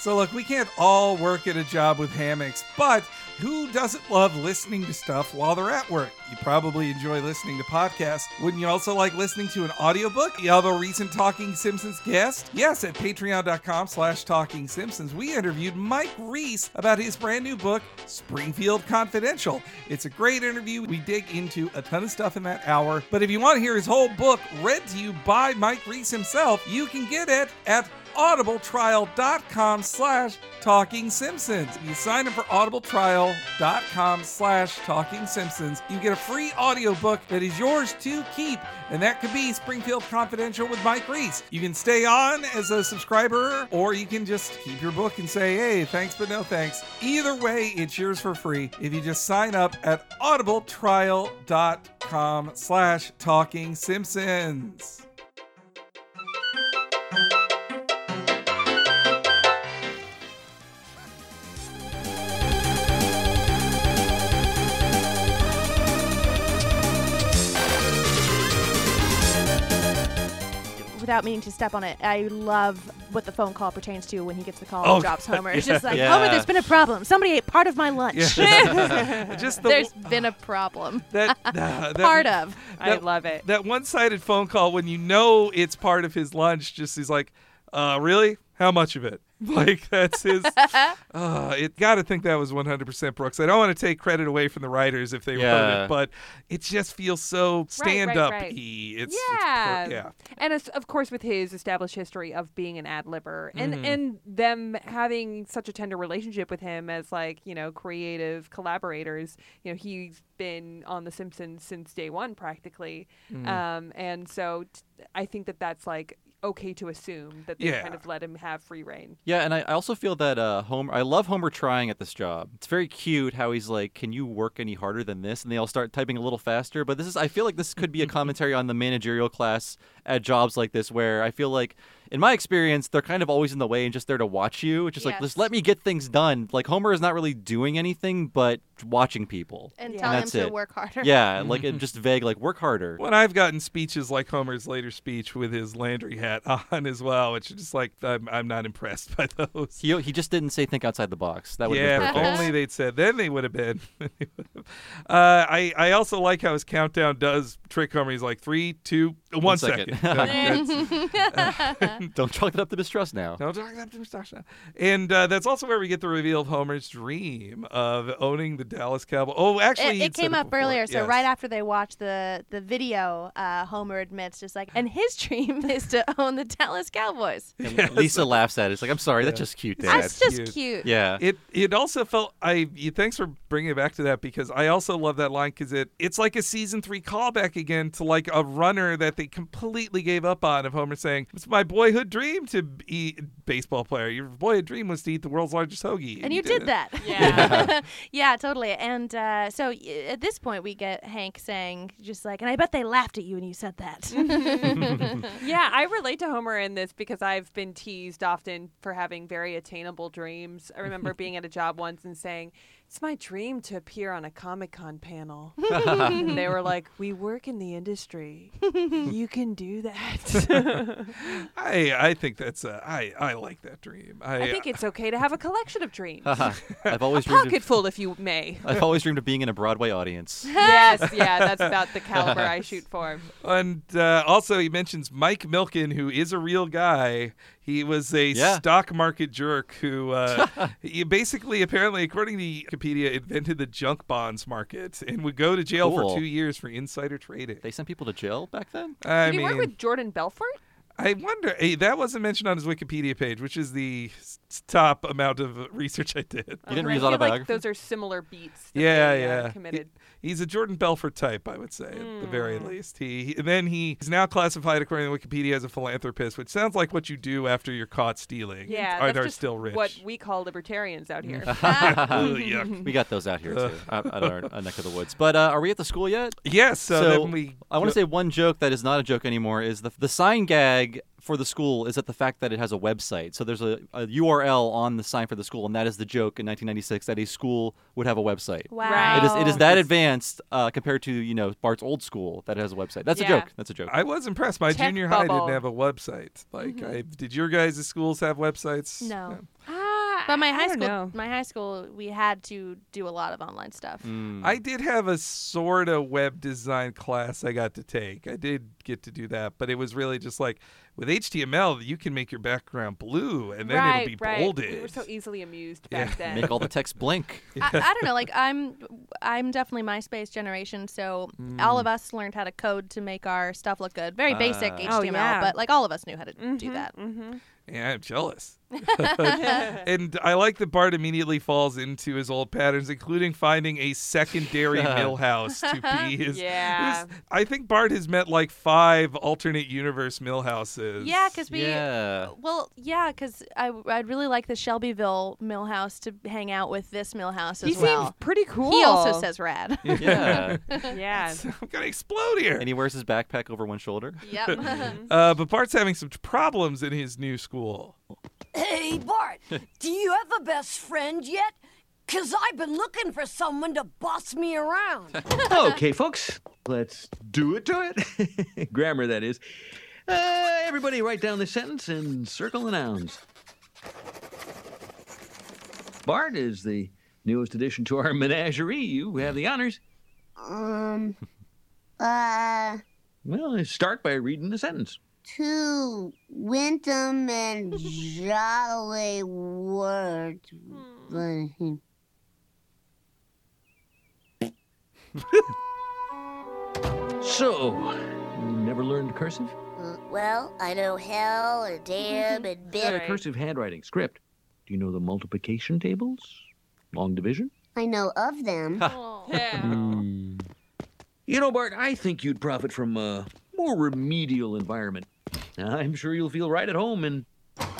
So, look, we can't all work at a job with hammocks, but who doesn't love listening to stuff while they're at work? You probably enjoy listening to podcasts. Wouldn't you also like listening to an audiobook? You have a recent Talking Simpsons guest? Yes, at patreon.com slash Talking Simpsons, we interviewed Mike Reese about his brand new book, Springfield Confidential. It's a great interview. We dig into a ton of stuff in that hour. But if you want to hear his whole book read to you by Mike Reese himself, you can get it at audibletrial.com slash talking simpsons you sign up for audibletrial.com slash talking simpsons you get a free audiobook that is yours to keep and that could be springfield confidential with mike reese you can stay on as a subscriber or you can just keep your book and say hey thanks but no thanks either way it's yours for free if you just sign up at audibletrial.com slash talking simpsons
without meaning to step on it, I love what the phone call pertains to when he gets the call
Oh,
and drops
God,
Homer. It's
yeah.
just like,
Yeah.
Homer, there's been a problem. Somebody ate part of my lunch.
Yeah. Just the-
there's been a problem.
That, uh, that-
part of.
that- That one-sided phone call when you know it's part of his lunch. Just he's like, uh, "Really? How much of it?" Like that's his. uh, it got to think that was 100% Brooks. I don't want to take credit away from the writers if they wrote
Yeah.
it, but it just feels so stand up y. It's it's per-
yeah,
yeah.
and it's, of course with his established history of being an ad libber, and
Mhm.
and them having such a tender relationship with him as like you know creative collaborators. You know, he's been on The Simpsons since day one practically,
Mm.
Mhm.
um, and so t- I think that that's like okay to assume that they
Yeah.
kind of let him have free reign.
Yeah, and I, I also feel that uh, Homer. I love Homer trying at this job. It's very cute how he's like, "Can you work any harder than this?" And they all start typing a little faster. But this is, I feel like this could be a commentary on the managerial class at jobs like this, where I feel like, in my experience, they're kind of always in the way and just there to watch you. It's just like, just let me get things done. Like Homer is not really doing anything but watching people
And telling
that's
them to
it.
work harder.
Yeah, like it just vague, like work harder.
When I've gotten speeches like Homer's later speech with his Landry hat on as well, which is just like I'm, I'm not impressed by those.
He, he just didn't say think outside the box. That would
yeah,
have
if
been perfect.
only they'd said. Then they would have been. uh, I I also like how his countdown does trick Homer. He's like three, two, one
One
second.
second. Don't chalk it up to mistrust now.
Don't chalk it up to mistrust now. And uh, that's also where we get the reveal of Homer's dream of owning the Dallas Cowboys. Oh, actually,
it,
you'd
it
said
came up
before.
earlier. So
Yes.
right after they watch the the video, uh, Homer admits just like, and his dream is to own the Dallas Cowboys.
And Lisa laughs at it. It's like, I'm sorry, that's just cute, Dad.
That's just cute. cute.
Yeah.
It it also felt I you, thanks for bringing it back to that because I also love that line because it it's like a season three callback again to like a runner that they completely gave up on of Homer saying it's my boyhood dream to be a baseball player. Your boyhood dream was to eat the world's largest hoagie,
And you did
it.
that. Yeah. yeah, totally. And uh, so y- at this point, we get Hank saying, just like, and I bet they laughed at you when you said that.
yeah, I relate to Homer in this because I've been teased often for having very attainable dreams. I remember being at a job once and saying, "It's my dream to appear on a Comic Con panel." and they were like, "We work in the industry. You can do that."
I I think that's uh, I I like that dream. I,
I think it's okay to have a collection of dreams.
I've always dreamed of,
Pocket full, if you may.
I've always dreamed of being in a Broadway audience.
yes, yeah, that's about the caliber I shoot for.
And uh, also, he mentions Mike Milken, who is a real guy. He was a
Yeah.
stock market jerk who uh, he basically, apparently, according to Wikipedia, invented the junk bonds market and would go to jail
Cool.
for two years for insider trading.
They sent people to jail back then?
I
Did he
mean,
work with Jordan Belfort?
I wonder. eh, that wasn't mentioned on his Wikipedia page, which is the s- top amount of research I did.
I feel Oh, like those are similar beats. that
yeah,
they, uh,
yeah. He-
committed. Hmm.
he's a Jordan Belfort type, I would say, at the very least. He, he- and then he is now classified according to Wikipedia as a philanthropist, which sounds like what you do after you're caught stealing.
Yeah,
and
that's
are
just
still rich.
What we call libertarians out here.
Mm-hmm.
We got those out here
Uh.
too, out, out our, our neck of the woods. But uh, are we at the school yet?
Yes. So, then we
I want to say one joke that is not a joke anymore is the the sign gag for the school is that the fact that it has a website. So there's a, a URL on the sign for the school, and that is the joke in 1996 that a school would have a website.
Wow.
It is it is that advanced uh, compared to you know Bart's old school that has a website. That's
Yeah.
a joke. That's a joke.
I was impressed. My
Tech
junior high
bubble.
didn't have a website. Like,
Mhm.
I, did your guys' schools have websites?
no. but my high
don't
school,
know.
my high school, we had to do a lot of online stuff.
Mm. Hmm.
I did have a sort of web design class I got to take. I did get to do that, but it was really just like with HTML, you can make your background blue and then
right,
it'll be
right.
bolded.
We were so easily amused
Yeah.
back then.
Make all the text blink.
I, I don't know. Like I'm, I'm definitely MySpace generation. So
Mm.
all of us learned how to code to make our stuff look good. Very basic
Ah.
HTML,
Oh, yeah.
but like all of us knew how to do that.
Yeah, I'm jealous. and I like that Bart immediately falls into his old patterns, including finding a secondary mill house to be his.
Yeah.
his- I think Bart has met like five alternate universe mill houses.
Yeah, 'cause we- Well, yeah, because I I'd really like the Shelbyville Millhouse to hang out with this Millhouse as
He seems
well.
pretty
He also
cool.
says rad.
Yeah.
yeah.
I'm gonna explode here.
And he wears his backpack over one shoulder.
Yep.
uh, but Bart's having some problems in his new school.
Hey, Bart, do you have a best friend yet? Because I've been looking for someone to boss me around.
okay, folks, let's do it to it. Grammar, that is.
Uh, everybody write down the sentence and circle the nouns. Bart is the newest addition to our menagerie. You have the honors.
Um. Uh.
Well, start by reading the sentence.
Two Wyndham and Jolly words. but he-
So, you never learned cursive?
Uh, Well, I know hell and damn and
Yeah,
bit.
cursive handwriting script. Do you know the multiplication tables? Long division?
I know of them.
Hmm. You know, Bart, I think you'd profit from a more remedial environment. I'm sure you'll feel right at home in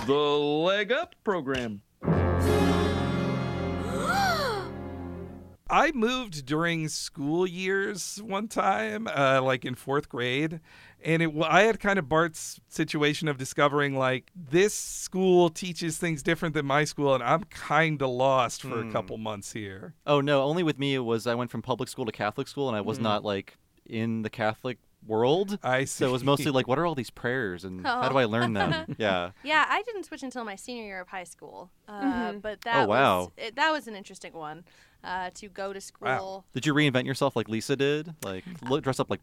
the Leg Up program.
I moved during school years one time, uh, like in fourth grade, and it wa- I had kind of Bart's situation of discovering like this school teaches things different than my school, and I'm kind of lost for a
Hmm.
couple months here.
Oh no, only with me it was I went from public school to Catholic school and I was
Mm.
not like in the Catholic world.
I
So it was mostly
see.
like what are all these prayers and how do
Oh.
I learn them? yeah.
Yeah, I didn't switch until my senior year of high school. Uh,
Mhm.
But
Oh,
that was
wow.
it, that was an interesting one uh, to go to school.
Did you reinvent yourself like Lisa did? Like look, dress up like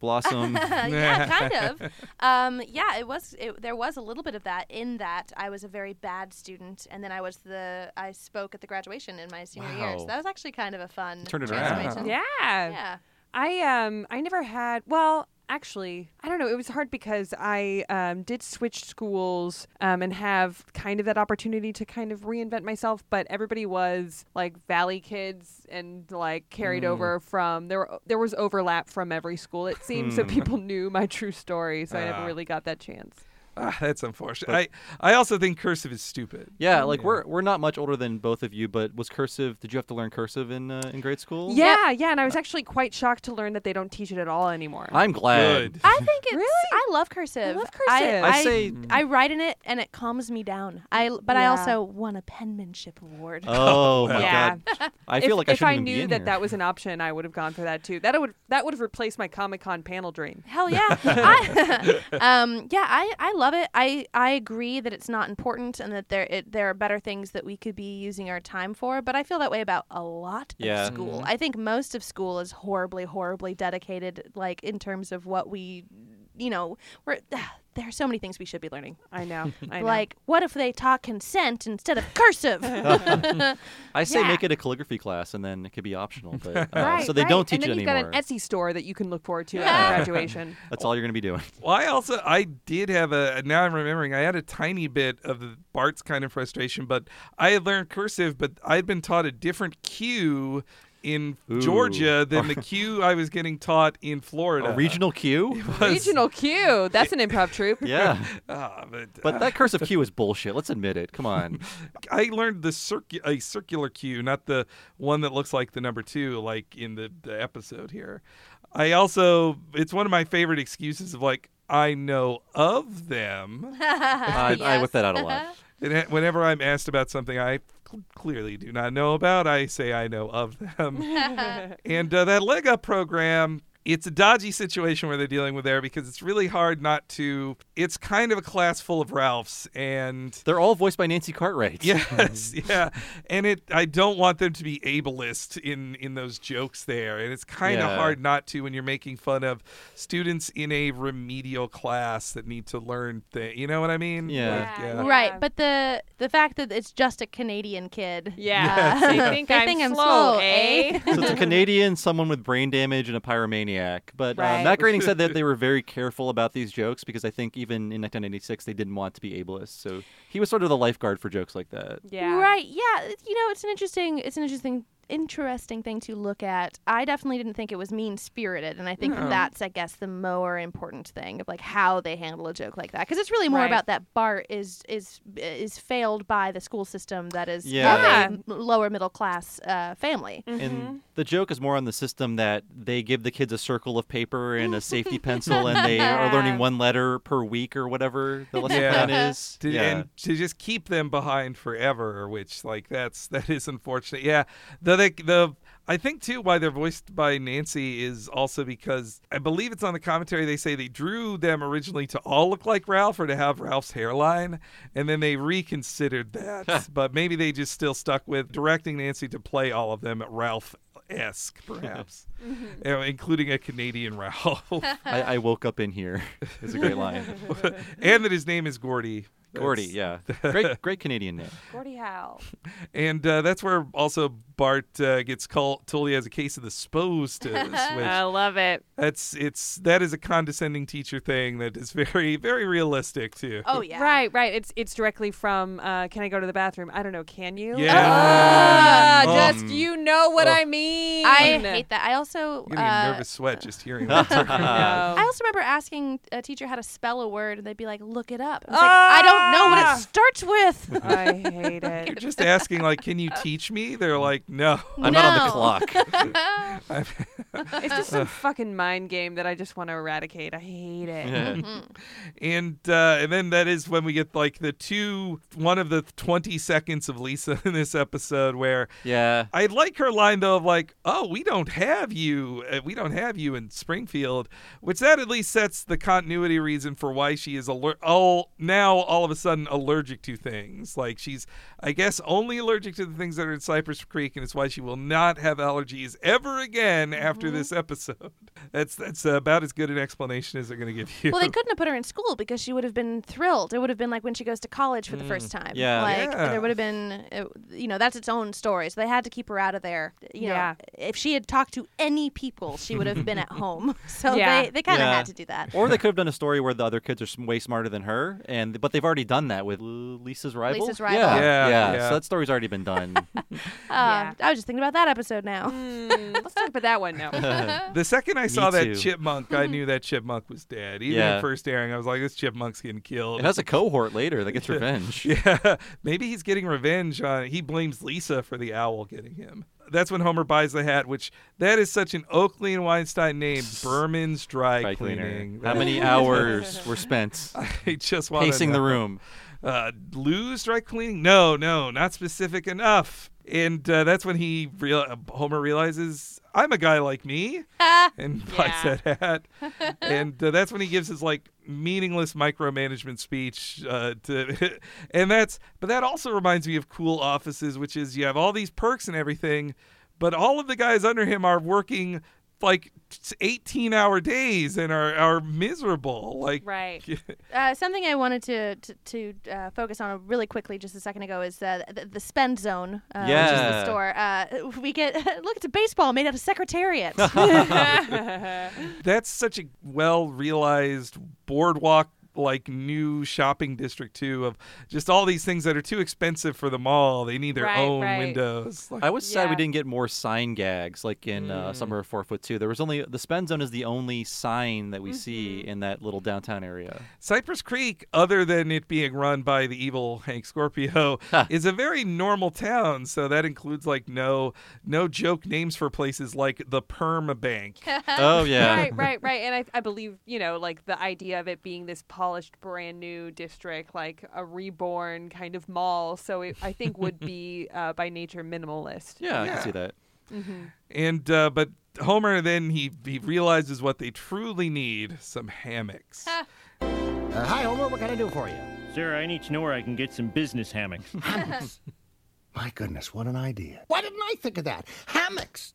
Blossom?
yeah, kind of. Um, yeah, it was. It, there was a little bit of that in that I was a very bad student, and then I was the I spoke at the graduation in my senior year. So
Wow.
that was actually kind of a fun
Turned it around.
transformation.
Yeah.
yeah.
I um I never had well actually I don't know it was hard because I um, did switch schools um, and have kind of that opportunity to kind of reinvent myself but everybody was like valley kids and like carried
Mm.
over from there were- there was overlap from every school it seemed so
Hmm.
people knew my true story so I
Ah.
never really got that chance.
Ah, that's unfortunate.
But-
I I also think cursive is stupid.
Yeah, like we're we're not much older than both of you, but was cursive? Did you have to learn cursive in uh, in grade school?
Yeah, yeah, and I was actually quite shocked to learn that they don't teach it at all anymore.
I'm glad.
I think it's. I love cursive. I love
cursive.
I,
I say-
Mm-hmm.
I write in it and it calms me down. I but I
Yeah.
also won a penmanship award.
Oh, my
yeah.
God. I feel
if,
like I
if
shouldn't
I
even be
knew
in
that
here.
that was an option, I would have gone for that too. That would that would have replaced my Comic Con panel dream.
Hell yeah. I, um, yeah, I, I love it. I, I agree that it's not important and that there it, there are better things that we could be using our time for, but I feel that way about a lot
Yeah.
of school.
Mhm.
I think most of school is horribly, horribly dedicated, like in terms of what we, you know, we're, there are so many things we should be learning.
I know. I know.
Like, what if they taught consent instead of cursive?
I say
Yeah.
make it a calligraphy class, and then it could be optional. But uh,
right,
so they
right.
don't teach
and
it
then
anymore.
you've got an Etsy store that you can look forward to at graduation.
That's all you're gonna be doing.
Well, I also I did have a now I'm remembering I had a tiny bit of Bart's kind of frustration, but I had learned cursive, but I'd been taught a different cue in
Ooh.
Georgia than the cue I was getting taught in Florida.
A regional cue?
Regional Q. That's an improv troupe.
Yeah.
Oh,
Ah, but,
But that cursive cue is bullshit. Let's admit it. Come on.
I learned the circu- a circular cue, not the one that looks like the number two, like in the, the episode here. I also, it's one of my favorite excuses of like, I know of them.
I- I whip that out a lot.
And it- whenever I'm asked about something I cl- clearly do not know about, I say I know of them. And uh, that leg up program, it's a dodgy situation where they're dealing with there because it's really hard not to. It's kind of a class full of Ralphs, and
they're all voiced by Nancy Cartwright.
Yes, yeah, and it. I don't want them to be ableist in in those jokes there, and it's kind of
Yeah.
hard not to when you're making fun of students in a remedial class that need to learn things. You know what I mean?
Yeah.
Like, yeah.
Right, but the the fact that it's just a Canadian kid.
Yeah. They
uh,
think
they
I'm slow, eh?
So it's a Canadian, someone with brain damage, and a pyromaniac. But uh,
Right.
Matt Groening said that they were very careful about these jokes because I think even in 1996 they didn't want to be ableist. So he was sort of the lifeguard for jokes like that.
Right. Yeah. it- You know, it's an interesting it's an interesting interesting thing to look at. I definitely didn't think it was mean spirited, and I think
No.
that's I guess the more important thing of like how they handle a joke like that because it's really more
Right.
about that Bart is is is failed by the school system that is of
Yeah. Mm-hmm.
a m- lower middle class uh, family.
Mm-hmm.
And the joke is more on the system that they give the kids a circle of paper and a safety pencil, and they are learning one letter per week or whatever the lesson
Yeah.
plan is.
To,
yeah.
And to just keep them behind forever, which like that's that is unfortunate. Yeah, the the, the I think too why they're voiced by Nancy is also because I believe it's on the commentary they say they drew them originally to all look like Ralph or to have Ralph's hairline, and then they reconsidered that. but maybe they just still stuck with directing Nancy to play all of them Ralph esque, perhaps,
Mhm.
You know, including a Canadian Ralph.
I, I woke up in here. It's a great line.
and that his name is Gordy.
Gordy, yeah.
That's-
Great, great Canadian name.
Gordy Howe.
And uh, that's where also Bart uh, gets called told he has a case of the spose to which
I love it.
that's it's that is a condescending teacher thing that is very very realistic too.
Oh yeah. Right, right. It's it's directly from uh, Can I go to the bathroom? I don't know. Can you?
Yeah.
Ah,
Oh.
Um,
just you know
oh.
what I mean.
I hate that. I also
You're getting a
uh,
nervous sweat just hearing that.
No.
I also remember asking a teacher how to spell a word, and they'd be like, "Look it up." I was like, "I don't know what it starts with."
I hate it.
You're just asking like, can you teach me? They're like, no.
I'm not on the No. clock.
it's just some fucking mind game that I just want to eradicate. I hate it. Mm-hmm.
Yeah. and uh, and then that is when we get like the two one of the 20 seconds of Lisa in this episode where
yeah
I like her line though of like oh we don't have you uh, we don't have you in Springfield which that at least sets the continuity reason for why she is aller- all now all of a sudden allergic to things like she's I guess only allergic to the things that are in Cypress Creek and it's why she will not have allergies ever again after this episode that's that's about as good an explanation as they're going to give you
Well, they couldn't have put her in school because she would have been thrilled. It would have been like when she goes to college for the first
Mm.
time.
Yeah.
Like
Yeah.
there would have been, uh, you know, that's its own story. So they had to keep her out of there. You
Yeah.
know, if she had talked to any people, she would have been at home. So
Yeah.
they, they kind of
Yeah.
had to do that.
Or they could have done a story where the other kids are s- way smarter than her, and but they've already done that with L- Lisa's rival.
Lisa's Rival.
Yeah.
Yeah,
Yeah,
yeah.
So that story's already been done.
Uh, I was just thinking about that episode now.
Mm, let's talk about that one now.
The second I
Me
saw
too.
that chipmunk, I knew that chipmunk was dead. Even
Yeah.
at first airing, I was like, this chipmunk's getting killed.
it has a cohort later that gets revenge.
yeah. Maybe he's getting revenge on he blames Lisa for the owl getting him. That's when Homer buys the hat, which that is such an Oakley and Weinstein name, Berman's dry,
Dry cleaner.
cleaning.
How many hours were spent
I just wanna
pacing the
know.
room?
Uh, lose dry cleaning? No, no, not specific enough. And uh, that's when he real Homer realizes I'm a guy like me, and buys that hat. and uh, that's when he gives his like meaningless micromanagement speech. Uh, to, and that's but that also reminds me of cool offices, which is you have all these perks and everything, but all of the guys under him are working like 18 hour days and are are miserable. Like
right.
Uh, something I wanted to to, to uh, focus on really quickly just a second ago is uh, the, the spend zone, uh, which is
Yeah.
the store. Uh, we get look, it's a baseball made out of secretariat.
That's such a well realized boardwalk like new shopping district too of just all these things that are too expensive for the mall. They need their
Right,
own
right.
windows. Like,
I was sad we didn't get more sign gags like in
Mm.
uh, Summer of Four Foot Two. There was only the spend zone is the only sign that we
Mm-hmm.
see in that little downtown area.
Cypress Creek, other than it being run by the evil Hank Scorpio, is a very normal town. So that includes like no no joke names for places like the Perma Bank.
Mm-hmm.
Oh, yeah.
Right, right, right. And I, I believe you know, like the idea of it being this polished, brand new district, like a reborn kind of mall. So it, I think would be uh, by nature minimalist.
Yeah, I can see that.
hmm
And uh, but Homer then he he realizes what they truly need: some hammocks. Uh-huh.
Uh, hi, Homer. What can I do for you?
Sir, I need to know where I can get some business hammocks.
My goodness, what an idea.
Why didn't I think of that? Hammocks.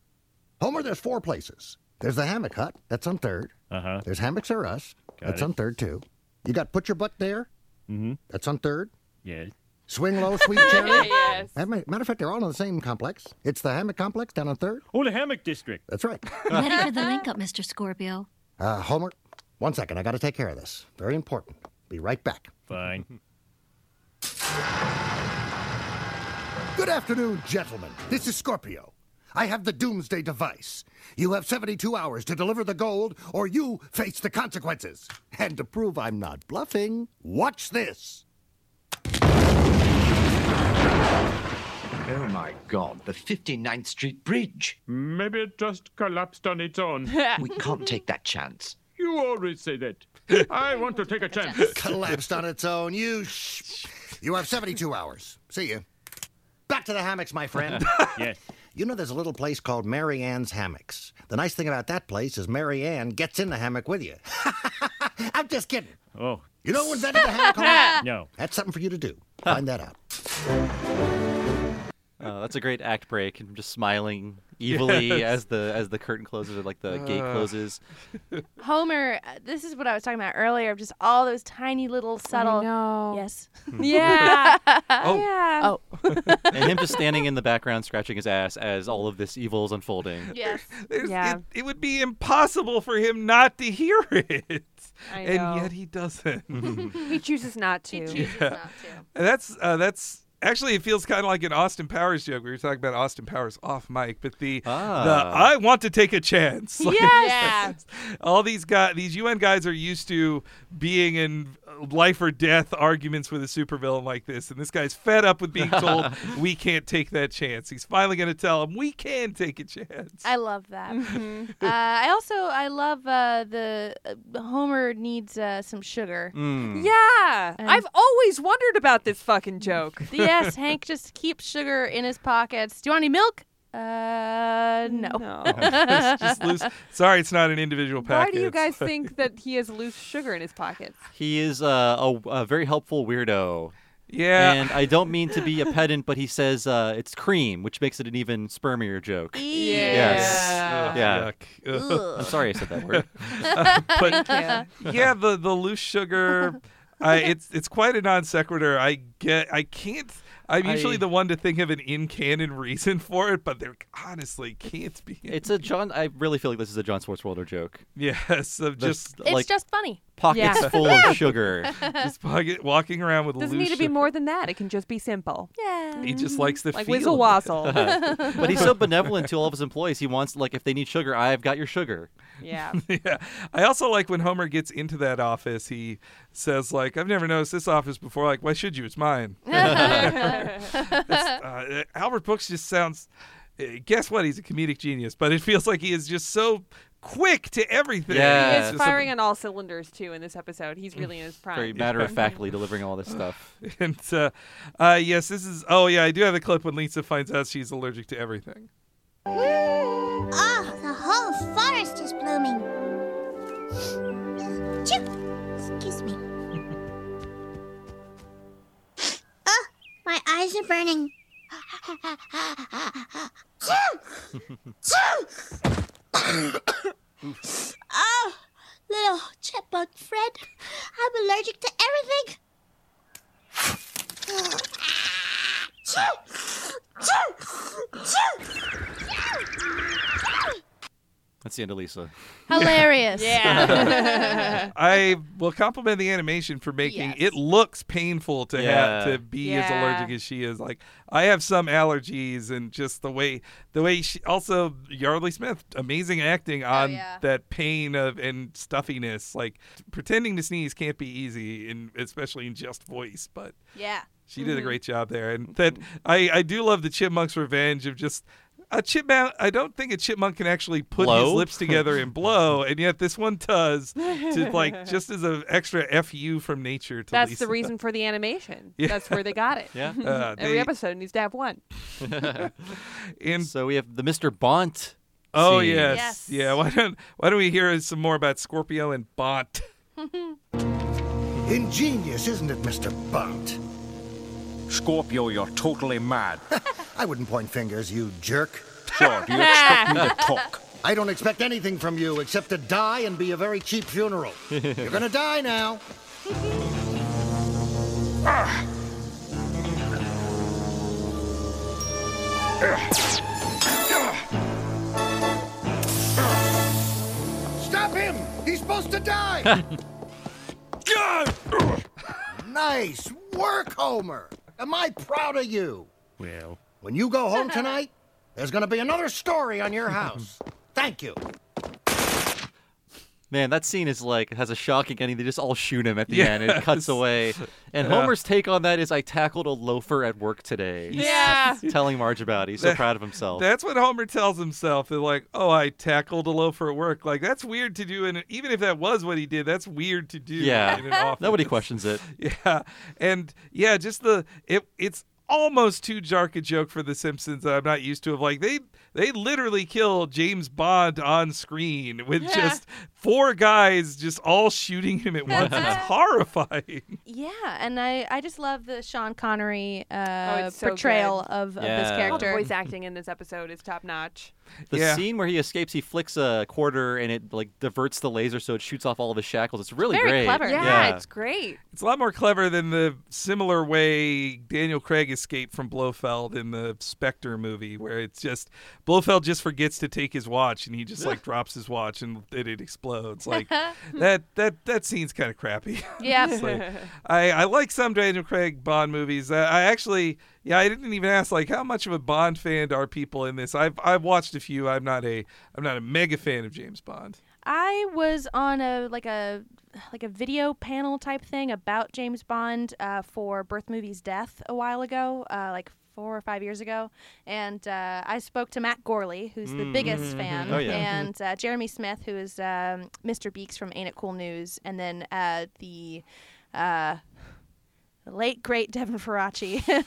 Homer, there's four places.
There's the hammock hut. That's on third. Uh
Uh-huh.
huh. There's hammocks or us. that's
it.
on third too. You got put your butt there. Mm-hmm. That's on third.
Yes.
Swing low, sweet cherry.
Yes.
As a ma- Matter of fact, they're all in the same complex. It's the hammock complex down on third.
Oh, the hammock district.
That's right.
Ready for the link up, Mr. Scorpio?
Uh, Homer, one second. I got to take care of this. Very important. Be right back.
Fine.
Good afternoon, gentlemen. This is Scorpio. I have the doomsday device. You have 72 hours to deliver the gold, or you face the consequences.
And to prove I'm not bluffing,
Watch this.
Oh my god, the 59th Street Bridge.
Maybe it just collapsed on its own.
we can't take that chance.
You always say that. I want to take a chance.
Collapsed on its own. You sh- You have 72 hours. See you.
Back to the hammocks, my friend.
yes.
You know, there's a little place called Mary Ann's Hammocks. The nice thing about that place is Mary Ann gets in the hammock with you. I'm just kidding.
Oh.
You know who invented the hammock? Home?
No.
That's something for you to do. Find that out.
Uh, that's a great act break. I'm just smiling evilly
Yes.
as the as the curtain closes or like the gate
Uh.
closes.
Homer, uh, this is what I was talking about earlier of just all those tiny little subtle. No. Yes.
Yeah.
Oh.
Yeah. Oh.
and him just standing in the background scratching his ass as all of this evil is unfolding.
Yes.
There's, it, it would be impossible for him not to hear it.
I know.
And yet he doesn't.
he chooses not to.
And that's uh, that's actually it feels kind of like an Austin Powers joke. We were talking about Austin Powers off mic, but the the I want to take a chance. Like,
Yes.
All these guys, these UN guys are used to being in life or death arguments with a supervillain like this, and this guy's fed up with being told we can't take that chance. He's finally going to tell him we can take a chance.
I love that. uh, I also I love uh, the uh, Homer needs uh, some sugar.
Mm.
Yeah. I've always wondered about this fucking joke.
yes, Hank just keeps sugar in his pockets. Do you want any milk? Uh, no.
It's just loose. Sorry, it's not an individual
Why
package.
do you guys think that he has loose sugar in his pockets?
He is uh, a, a very helpful weirdo.
Yeah.
And I don't mean to be a pedant, but he says uh, it's cream, which makes it an even spermier joke. Yes.
Ugh,
yeah.
yuck. Ugh.
I'm sorry I said that word.
Uh, but
Thank you.
yeah, the the loose sugar, I it's it's quite a non sequitur. I get, I can't. I'm
I-
usually the one to think of an in canon reason for it, but there honestly can't be.
It's a John. I really feel like this is a John Swartzwelder joke.
Yes, of
There's,
just
It's just funny.
pockets
Yeah.
full of sugar.
Just pocket, walking around with
Doesn't
loose
need to be
sugar.
more than that. It can just be simple.
Yeah.
He just likes the
like
feel
Wizzle
of
Wazzle.
it.
but he's so benevolent to all of his employees. He wants like if they need sugar, I've got your sugar.
Yeah.
yeah. I also like when Homer gets into that office, he says, like, I've never noticed this office before. Like, why should you? It's mine. It's, uh, Albert Brooks just sounds, uh, guess what? He's a comedic genius, but it feels like he is just so quick to everything.
Yeah.
It's
He's
just a-
firing on all cylinders too in this episode. He's really in his prime.
Very matter of factly delivering all this stuff.
and uh, uh, yes, this is, oh, yeah, I do have the clip when Lisa finds out she's allergic to everything.
Oh, the whole forest is blooming. Choo! Excuse me. Oh, my eyes are burning. Choo! Choo! oh, little chipmunk Fred, I'm allergic to everything. Choo! Choo! Choo!
That's the end of Lisa.
Hilarious.
Yeah.
I will compliment the animation for making it looks painful to have
Yeah.
to be as
Yeah.
allergic as she is. Like I have some allergies, and just the way the way she also Yardley Smith, amazing acting on that pain of and stuffiness. Like pretending to sneeze can't be easy, in especially in just voice, but.
Yeah.
She did a
Mhm.
Mm-hmm.
great job there, and that I, I do love the chipmunk's revenge of just a chipmunk. I don't think a chipmunk can actually put his
Blow?
lips together and blow, and yet this one does, to like just as an extra fu from nature. To
That's
Lisa.
the reason for the animation.
Yeah.
That's where they got it.
Yeah.
Uh,
Every
they-
episode needs to have one.
so we have the Mr. Bont.
Oh
scene.
yes. yeah. Why don't Why don't we hear some more about Scorpio and Bont?
Ingenious, isn't it, Mr. Bunt?
Scorpio, you're totally mad.
I wouldn't point fingers, you jerk.
Sure, do you expect me to
talk? I don't expect anything from you except to die and be a very cheap funeral. You're gonna die now.
Stop him! He's supposed to die!
Nice work, Homer. Am I proud of you?
Well.
When you go home tonight, there's gonna be another story on your house. Thank you.
Man, that scene is like has a shocking ending. They just all shoot him at the end. It
Yes.
cuts away. And
Yeah.
Homer's take on that is I tackled a loafer at work today.
Yeah.
Telling Marge about it. He's so
That-
proud of himself.
That's what Homer tells himself. They're like, "Oh, I tackled a loafer at work." Like that's weird to do, and even if that was what he did, that's weird to do. in an
yeah.
office.
Nobody questions it.
Yeah, and yeah, just the it it's almost too dark a joke for The Simpsons that I'm not used to. Of like they they literally kill James Bond on screen with
Yeah.
just four guys just all shooting him at once. it's horrifying.
Yeah, and I, I just love the Sean Connery uh,
Oh, it's so
portrayal
good.
of, of this
Yeah.
character.
All the voice acting in this episode is top notch.
The
Yeah.
scene where he escapes, he flicks a quarter and it like diverts the laser, so it shoots off all of his shackles. It's really great.
Yeah, it's great.
It's a lot more clever than the similar way Daniel Craig escaped from Blofeld in the Spectre movie, where it's just Blofeld just forgets to take his watch and he just like drops his watch and it, it explodes. Like that that that scene's kind of crappy.
Yeah.
It's like, I I like some Daniel Craig Bond movies. I, I actually yeah I didn't even ask like how much of a Bond fan are people in this. I've I've watched a few. I'm not a I'm not a mega fan of James Bond.
I was on a like a like a video panel type thing about James Bond uh, for Birth Movies Death a while ago, uh, like four or five years ago, and uh, I spoke to Matt Gorley, who's the biggest
Mm.
fan,
Oh, yeah.
and uh, Jeremy Smith, who is um, Mr. Beeks from Ain't It Cool News, and then uh, the. Uh, the late great Devin Faraci,
Yeah.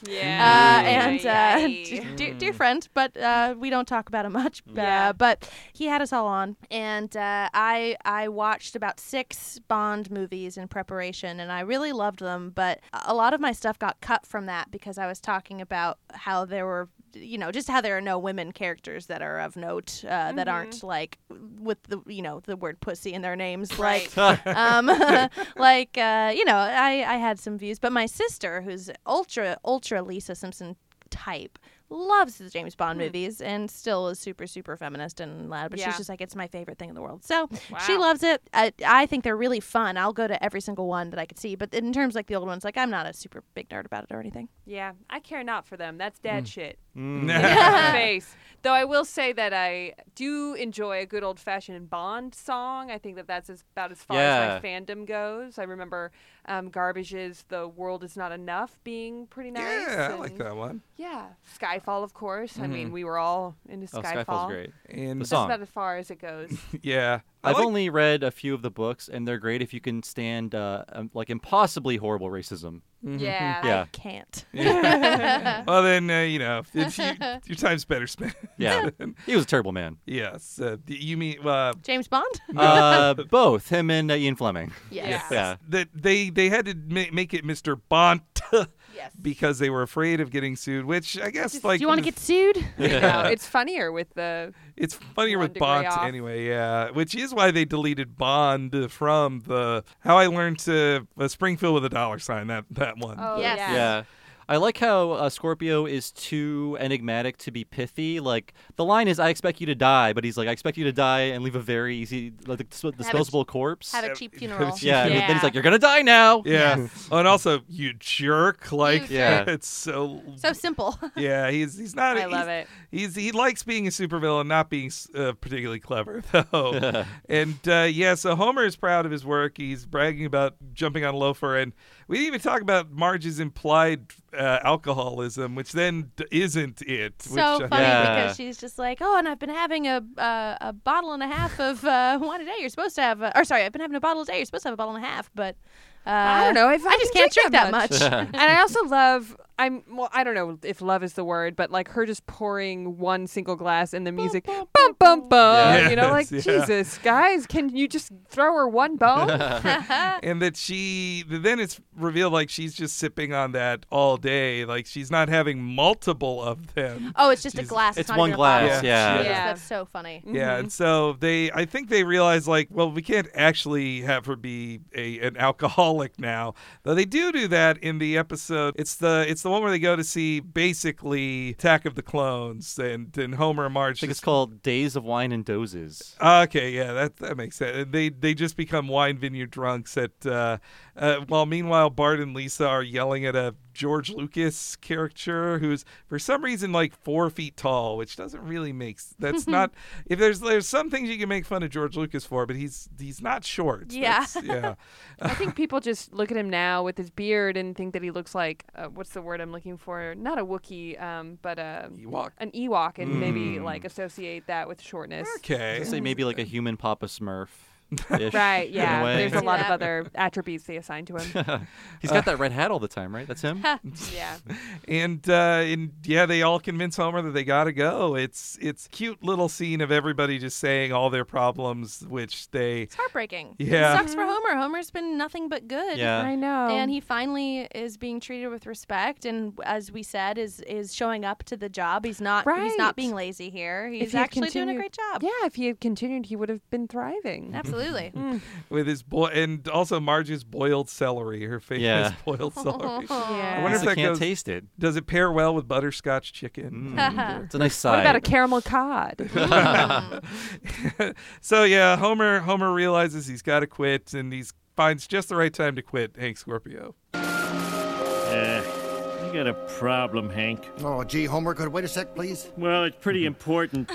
uh, and
Yeah,
uh,
yeah.
dear, dear friend, but uh, we don't talk about him much. Uh, but he had us all on, and uh, I I watched about six Bond movies in preparation, and I really loved them. But a lot of my stuff got cut from that because I was talking about how there were, you know, just how there are no women characters that are of note uh, that
Mhm.
aren't like with the you know the word pussy in their names,
Right.
like um, like uh, you know, I, I had some views, but my sister, who's ultra ultra Lisa Simpson type, loves the James Bond movies and still is super super feminist and loud. But
Hmm. Yeah.
she's just like, it's my favorite thing in the world. So she loves it. I, I think they're really fun. I'll go to every single one that I could see. But in terms like the old ones, like I'm not a super big nerd about it or anything.
Yeah, I care not for them. That's dad shit.
Mm.
In my face. Though I will say that I do enjoy a good old fashioned Bond song. I think that that's as, about as far as my fandom goes. I remember um, Garbage's "The World Is Not Enough" being pretty nice.
Yeah, I like
and-
that one.
Yeah, Skyfall, of course. I mean,
Mhm.
we were all into
Oh,
Skyfall.
Skyfall's great.
And-
The
That's
song.
about as far as it goes.
Yeah, I
I've
like-
only read a few of the books, and they're great if you can stand uh, um, like impossibly horrible racism.
Yeah.
yeah,
can't.
Mm-hmm. Yeah. well, then uh, you know if you, your time's better spent.
yeah. he was a terrible man.
Yes, uh, d- you mean uh,
James Bond.
Uh, both him and uh, Ian Fleming.
Yes.
Yeah.
That they they had to ma- make it Mr. Bont. Because they were afraid of getting sued, which I guess like
Do you want to get sued?
No, it's funnier with the
It's funnier
one
with
degree
Bond
off.
anyway, yeah. Which is why they deleted Bond from the How I Learned to uh, Springfield with a Dollar Sign. That that one.
Oh, Yes. yeah.
Yeah. I like how uh, Scorpio is too enigmatic to be pithy. Like the line is, "I expect you to die," but he's like, "I expect you to die and leave a very easy, like dis- disposable corpse."
have a cheap
Have a
funeral.
cheap
yeah, and
funeral.
then he's like, "You're gonna die now."
Yeah. Oh, and also you jerk. Like
Yeah.
it's so.
So simple.
Yeah, he's he's not.
I love
he's-
it.
He's he likes being a supervillain, not being uh, particularly clever though. and uh, yeah, so Homer is proud of his work. He's bragging about jumping on Loafer, and we didn't even talk about Marge's implied uh, alcoholism, which then d- isn't it. which uh,
so
I-
funny because she's just like, oh, and I've been having a uh, a bottle and a half of uh, wine a day. You're supposed to have, a, or sorry, I've been having a bottle a day. You're supposed to have a bottle and a half, but uh,
I don't know. If I,
just
can
can't drink that much.
and I also love. I'm well. I don't know if love is the word, but like her just pouring one single glass and the music, bum bum bum.
Yeah.
You know, like
Yes, yeah.
Jesus, guys, can you just throw her one bone?
and that she then it's revealed like she's just sipping on that all day. Like she's not having multiple of them.
oh, it's just a
She's-
glass. It's,
It's
not
one
even a
glass,
bottle.
yeah.
Jesus,
Yeah.
that's so funny. Mm-hmm.
Yeah, and so they, I think they realize like, well, we can't actually have her be a an alcoholic now. Though they do do that in the episode. It's the it's the one where they go to see basically Attack of the Clones and and Homer and Marge.
I think it's
just-
called "Days of Wine and Dozes."
Okay, yeah, that that makes sense. And They they just become wine vineyard drunks at uh, uh, while meanwhile Bart and Lisa are yelling at a George Lucas character who's for some reason like four feet tall, which doesn't really make s- that's not if there's there's some things you can make fun of George Lucas for, but he's he's not short.
Yeah.
That's- yeah.
I think people just look at him now with his beard and think that he looks like uh, what's the word I'm looking for? Not a Wookiee, um, but a
Ewok. Hmm.
an Ewok, and maybe
Mm.
like associate that with shortness.
I'd
Okay.
say maybe like a human Papa Smurf. ish,
Right,
in a
yeah.
way.
There's a lot of other attributes they assign to him.
He's got that red hat all the time, right? That's him.
Uh, yeah.
and uh, and yeah, they all convince Homer that they gotta go. It's it's cute little scene of everybody just saying all their problems, which they
heartbreaking.
Yeah.
It sucks for Homer. Homer's been nothing but good.
Yeah. I
know.
And he finally is being treated with respect and as we said is is showing up to the job. He's not he's
Right.
not being lazy here.
If
He's
he had
actually doing a
continued-
great job.
Yeah, if he had continued, he would have been thriving.
Absolutely.
Mm.
with his boy and also Marge's boiled celery, her famous
Yeah.
boiled celery.
Yeah.
I wonder if
Also
that
can't
goes-
taste it.
Does it pair well with butterscotch chicken?
Mm.
Hmm. It's a nice
What about
side.
a caramel cod?
Hmm.
so yeah, Homer Homer realizes he's got to quit, and he finds just the right time to quit. Hank Scorpio.
Uh, I got a problem, Hank.
Oh, gee, Homer, could wait a sec, please? Mm-hmm.
Well, it's pretty important.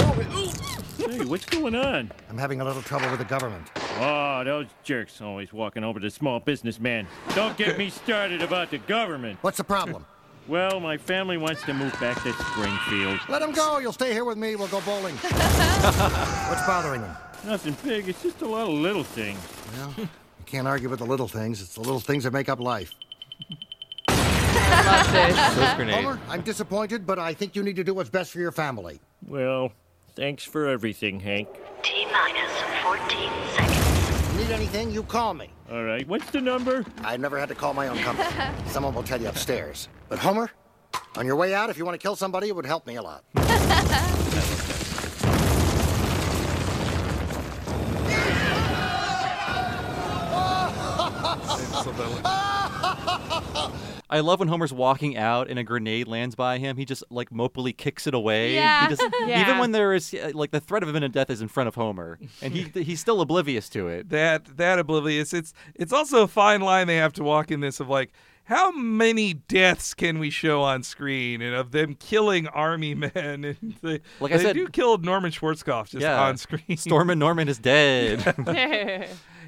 hey, what's going on?
I'm having a little trouble with the government.
Oh, those jerks always walking over to small businessmen. Don't get me started about the government.
What's the problem?
Well, my family wants to move back to Springfield.
Let him go. You'll stay here with me. We'll go bowling. What's bothering him?
Nothing big. It's just a lot of little things.
Well, you can't argue with the little things. It's the little things that make up life. Homer, I'm disappointed, but I think you need to do what's best for your family.
Well, thanks for everything, Hank.
T minus 14 seconds. Need anything? You call me.
All right. What's the number?
I never had to call my own company. Someone will tell you upstairs. But Homer, on your way out, if you want to kill somebody, it would help me a lot.
I love when Homer's walking out and a grenade lands by him. He just like mopily kicks it away.
Yeah.
He just, Even
Yeah.
when there is uh, like the threat of imminent death is in front of Homer, and he he's still oblivious to it.
That that oblivious. It's it's also a fine line they have to walk in this of like how many deaths can we show on screen and of them killing army men and they,
Like I
they
said-
do kill Norman Schwarzkopf just
yeah.
on screen.
Storm and Norman is dead.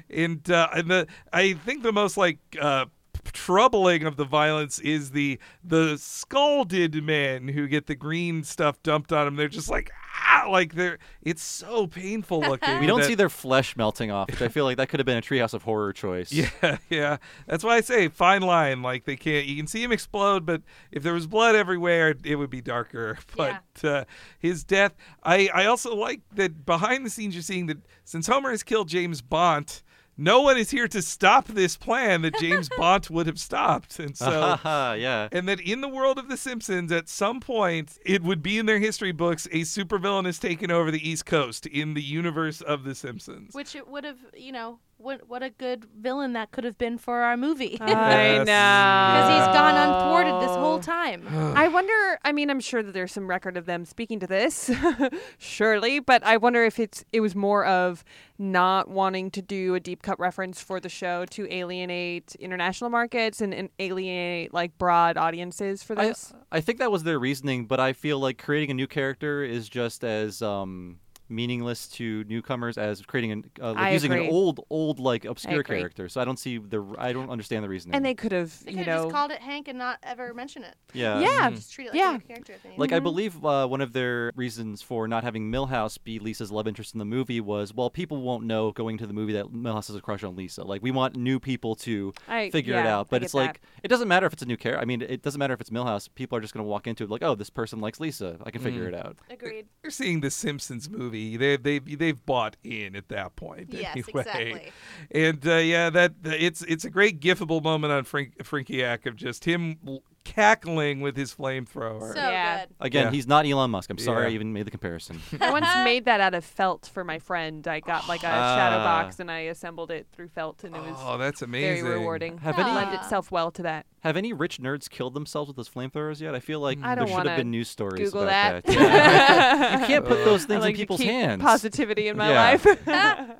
and uh, and the I think the most like uh, troubling of the violence is the the scalded men who get the green stuff dumped on them. They're just like ah, like they're it's so painful looking.
we don't
that-
see their flesh melting off, which I feel like that could have been a Treehouse of Horror choice.
Yeah, yeah. That's why I say fine line. Like they can't. You can see him explode, but if there was blood everywhere, it would be darker. But uh, his death. I I also like that behind the scenes you're seeing that since Homer has killed James Bond. No one is here to stop this plan that James Bond would have stopped. And so
yeah.
and that in the world of The Simpsons, at some point, it would be in their history books a supervillain has taken over the East Coast in the universe of The Simpsons.
Which it would have, you know, what what a good villain that could have been for our movie.
I
Yes. know.
Because he's gone unthwarted this whole time.
I wonder. I mean, I'm sure that there's some record of them speaking to this, surely. But I wonder if it's it was more of not wanting to do a deep cut reference for the show to alienate international markets and, and alienate like broad audiences for
I,
this.
I think that was their reasoning, but I feel like creating a new character is just as um, meaningless to newcomers as creating an, uh, like
I
using
agree.
an old, old like obscure
agree.
character. So I don't see the, I don't understand the reasoning.
and they could have,
They
you
could
know,
have just called it Hank and not ever mention it.
Yeah. Mm-hmm.
Yeah.
Mm-hmm. Just treat it like
Yeah. Mm-hmm.
a new character. at the end.
Like I believe uh, one of their reasons for not having Millhouse be Lisa's love interest in the movie was, well, people won't know going to the movie that Millhouse has a crush on Lisa. Like we want new people to
I-
figure it
yeah,
out.
I
But
get
it's like it doesn't matter if it's a new character. I mean, it doesn't matter if it's Millhouse. People are just going to walk into it like, oh, this person likes Lisa. I can figure
Mm-hmm.
Mm.
it out.
Agreed.
You're seeing the Simpsons movie. They they they've bought in at that point.
Yes,
anyway.
exactly.
And uh, yeah, that it's it's a great gifable moment on Frank Frankiak of just him l- cackling with his flamethrower.
So Yeah. good.
Again,
Yeah.
he's not Elon Musk. I'm sorry
Yeah.
I even made the comparison.
I once made that out of felt for my friend. I got like a shadow box and I assembled it through felt, and it was
Ah. Oh, that's
very
amazing.
rewarding.
Have
it
any-
lent itself well to that.
Have any rich nerds killed themselves with those flamethrowers yet? I feel like
I
there
don't
should
wanna
have been news stories
Google
about that.
that.
Yeah. you can't put those
I
things
like
in
to
people's
keep
hands.
positivity in my
Yeah.
life.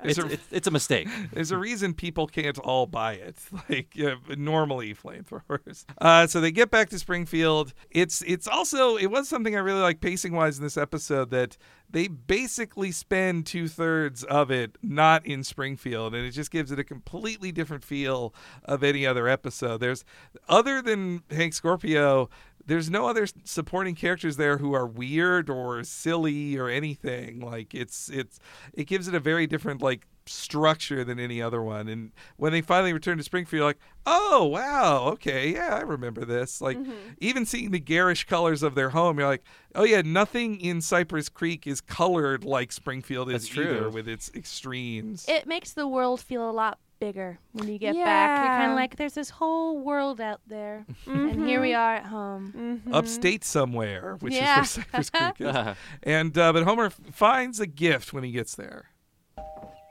it's, it's, it's a mistake.
There's a reason people can't all buy it. Like uh, normally flamethrowers. Uh, so they get back to Springfield. It's it's also it was something I really like pacing wise in this episode that they basically spend two thirds of it not in Springfield, and it just gives it a completely different feel of any other episode. There's other than Hank Scorpio. There's no other s- supporting characters there who are weird or silly or anything. Like it's it's it gives it a very different like structure than any other one. And when they finally return to Springfield, like, oh wow, okay, yeah, I remember this. Like even seeing the garish colors of their home, you're like, oh yeah, nothing in Cypress Creek is colored like Springfield is
That's true.
either with its extremes.
It makes the world feel a lot bigger when you get back. You're kind
Yeah.
of like, there's this whole world out there, and here we
Mhm.
are at home.
Mm-hmm.
Mm-hmm.
upstate somewhere, which
Yeah.
is where Cypress Creek is. And uh, but Homer f- finds a gift when he gets there.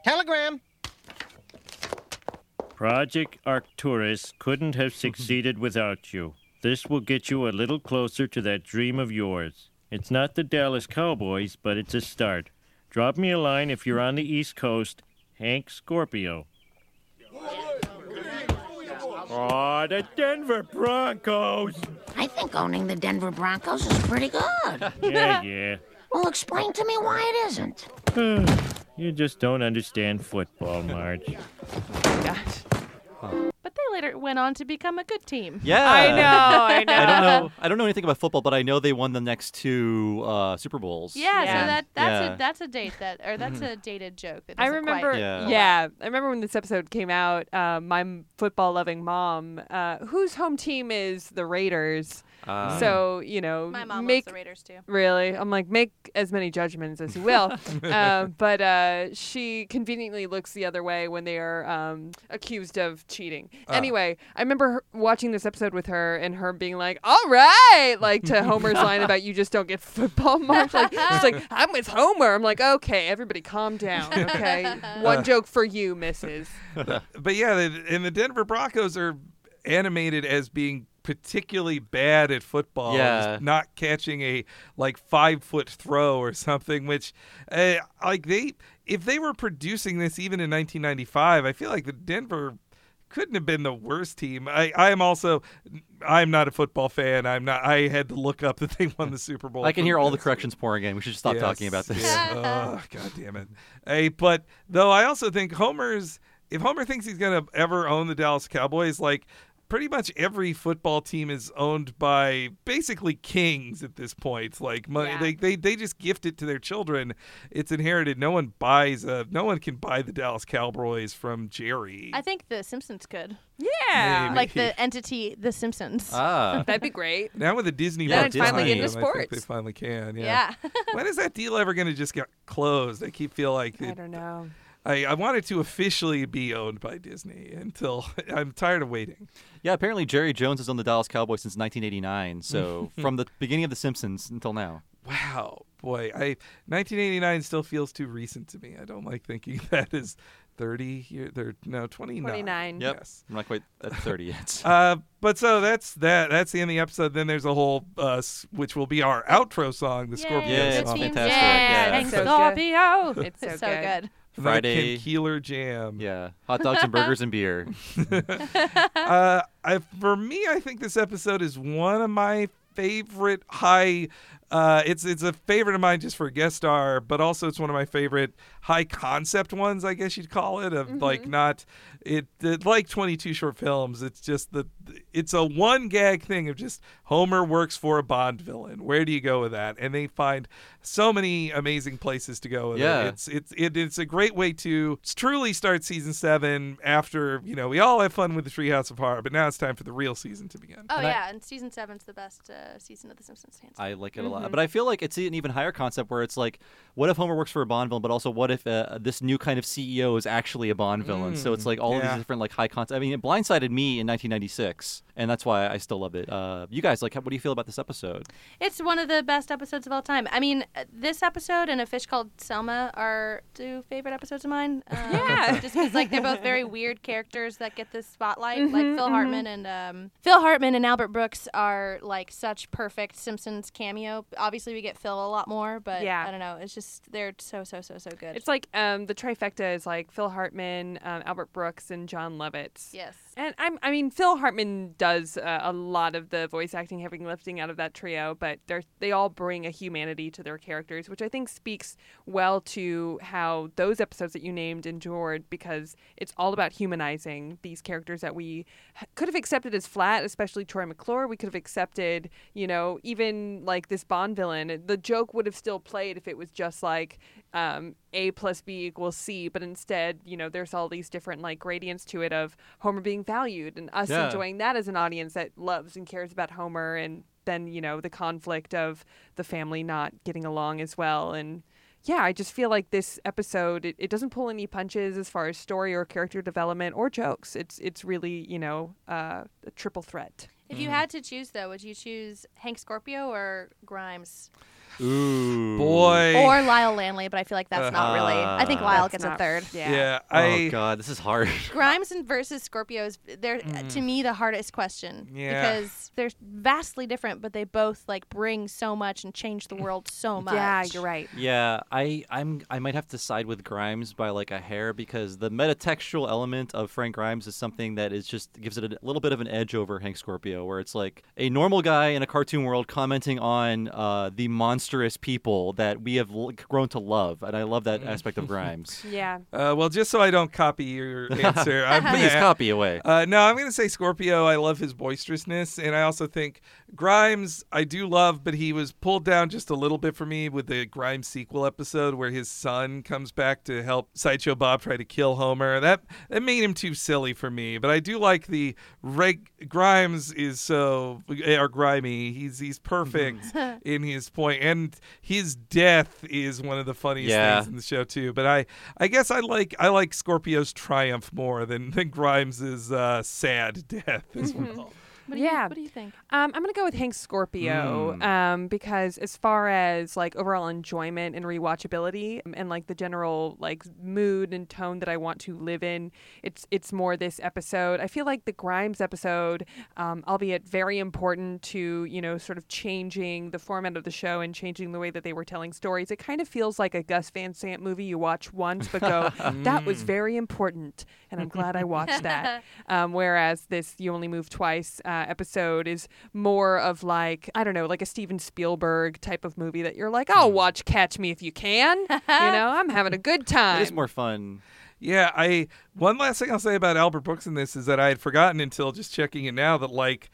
Telegram.
Project Arcturus couldn't have succeeded without you. This will get you a little closer to that dream of yours. It's not the Dallas Cowboys, but it's a start. Drop me a line if you're on the East Coast. Hank Scorpio. Aw, the Denver Broncos.
I think owning the Denver Broncos is pretty good.
Yeah, yeah.
Well, explain to me why it isn't.
You just don't understand football, Marge.
But they later went on to become a good team.
Yeah,
I know, I
I don't
know.
know. I don't know anything about football, but I know they won the next two uh, Super Bowls.
Yeah, so that that's
Yeah.
a that's a date that or that's
Mhm.
a dated joke. That
I
doesn't quite
remember,
Yeah.
yeah. I remember when this episode came out. Uh, my football loving mom, uh, whose home team is the Raiders.
Ah.
so you know,
My mom loves
make
the Raiders, too.
Really, I'm like, make as many judgments as you will. uh, but uh, she conveniently looks the other way when they are um, accused of cheating.
Ah.
Anyway, I remember her, watching this episode with her and her being like, "All right," like to Homer's line about you just don't get football much. Like she's like, "I'm with Homer." I'm like, "Okay, everybody, calm down." Okay, one
Uh.
joke for you, Mrs.
but yeah, the, and the Denver Broncos are animated as being particularly bad at football,
Yeah.
just not catching a like five foot throw or something. Which, uh, like they, if they were producing this even in 1995, I feel like the Denver couldn't have been the worst team. I, I am also, I'm not a football fan. I'm not. I had to look up that they won the Super Bowl.
I can
for
hear all
this.
the corrections pouring in. We should stop talking about this.
Yeah. Ugh, God damn it. Hey, but though I also think Homer's if Homer thinks he's gonna ever own the Dallas Cowboys, like pretty much every football team is owned by basically kings at this point. Like money,
Yeah.
they, they they just gift it to their children. It's inherited. No one buys a no one can buy the Dallas Cowboys from Jerry.
I think the Simpsons could.
Yeah. Maybe.
like the entity, the Simpsons.
Ah.
That'd be great.
Now with the Disney
Then
book
I'd finally
behind
get into
them, I think
sports.
They finally can.
Yeah.
Yeah. when is that deal ever going to just get closed? I keep feel like
I
it-
don't know.
I, I wanted to officially be owned by Disney until I'm tired of waiting.
Yeah, apparently Jerry Jones has owned the Dallas Cowboys since 1989. So from the beginning of The Simpsons until now.
Wow, boy, I 1989 still feels too recent to me. I don't like thinking that is 30 year there no 29.
29.
Yep.
Yes.
I'm not quite at 30 yet.
Uh, but so that's that. That's the end of the episode. Then there's a whole, uh, s- which will be our outro song, the Scorpio
Yeah, it's
song.
fantastic, Yeah, yeah.
Thanks,
so good.
Scorpio.
It's so good.
Another
Friday.
Kim Keeler jam.
Yeah. Hot dogs and burgers and beer.
uh, I, for me, I think this episode is one of my favorite high. Uh, it's it's a favorite of mine just for a guest star, but also it's one of my favorite high concept ones, I guess you'd call it. Of like not it, it like twenty two short films. It's just the it's a one gag thing of just Homer works for a Bond villain. Where do you go with that? And they find so many amazing places to go with
Yeah.
it. It's it's it's it, it's a great way to truly start season seven after you know we all have fun with the Treehouse of Horror, but now it's time for the real season to begin.
Oh
And I-
yeah, and season seven's the best uh, season of The Simpsons. hands
I like it
Mm-hmm.
a
Mhm.
lot. But I feel like it's an even higher concept where it's like, what if Homer works for a Bond villain, but also what if uh, this new kind of CEO is actually a Bond villain? so it's like all of
yeah.
these different like high concept. I mean, it blindsided me in 1996, and that's why I still love it. Uh, you guys, like, how, what do you feel about this episode?
It's one of the best episodes of all time. I mean, uh, this episode and A Fish Called Selma are two favorite episodes of mine. Um, yeah. Just because, like, they're both very weird characters that get the spotlight. like,
Mhm,
Phil
mhm.
Hartman and um, Phil Hartman and Albert Brooks are, like, such perfect Simpsons cameo. Obviously, we get Phil a lot more, but
Yeah.
I don't know. It's just, they're so, so, so, so good.
It's like um, the trifecta is like Phil Hartman, um, Albert Brooks, and John Lovitz.
Yes.
And I'm, I mean, Phil Hartman does uh, a lot of the voice acting, heavy lifting out of that trio, but they they all bring a humanity to their characters, which I think speaks well to how those episodes that you named endured because it's all about humanizing these characters that we h- could have accepted as flat, especially Troy McClure. We could have accepted, you know, even like this Bond villain. The joke would have still played if it was just like, um, a plus B equals C, but instead, you know, there's all these different like gradients to it of Homer being valued and us
Yeah.
enjoying that as an audience that loves and cares about Homer, and then you know the conflict of the family not getting along as well. And yeah, I just feel like this episode it, it doesn't pull any punches as far as story or character development or jokes. It's it's really you know uh, a triple threat.
If you had to choose, though, would you choose Hank Scorpio or Grimes
Ooh.
Boy.
or Lyle Lanley? But I feel like that's not really. I think
Uh,
Lyle
that's
gets a
not-
third.
Yeah, I-
Oh God, this is hard.
Grimes and versus Scorpios, they're uh,
Mm.
to me the hardest question
Yeah.
because they're vastly different, but they both like bring so much and change the world so much.
Yeah, you're right.
Yeah, I I'm I might have to side with Grimes by like a hair because the metatextual element of Frank Grimes is something that is just gives it a little bit of an edge over Hank Scorpio, where it's like a normal guy in a cartoon world commenting on uh, the monstrous people that we have l- grown to love, and I love that
Mm.
aspect of Grimes.
Yeah.
Uh, well, just so I don't copy your answer, I'm gonna-
Please copy away.
Uh, no, I'm going to say Scorpio. I love his boisterousness, and I also think Grimes. I do love, but he was pulled down just a little bit for me with the Grimes sequel episode where his son comes back to help Sideshow Bob try to kill Homer. That that made him too silly for me. But I do like the reg- Grimes is so eh, or grimy. He's he's
Mm-hmm.
perfect in his point, and his death is one of the funniest
Yeah.
things in the show too. But I, I guess I like I like Scorpio's triumph more than than Grimes's uh, sad death as well.
What
do yeah. You, what do
you think?
Um, I'm gonna go with Hank Scorpio
Mm.
um, because as far as like overall enjoyment and rewatchability um, and like the general like mood and tone that I want to live in, it's it's more this episode. I feel like the Grimes episode, um, albeit very important to you know sort of changing the format of the show and changing the way that they were telling stories. It kind of feels like a Gus Van Sant movie you watch once but go, that
Mm.
was
Mm.
very important, and I'm glad I watched that um, whereas this "You Only Move Twice" uh, episode is more of like I don't know, like a Steven Spielberg type of movie that you're like, I'll watch Catch Me If You Can. you know, I'm having a good time.
Hmm. It is more fun.
Yeah, I one last thing I'll say about Albert Brooks in this is that I had forgotten until just checking it now that like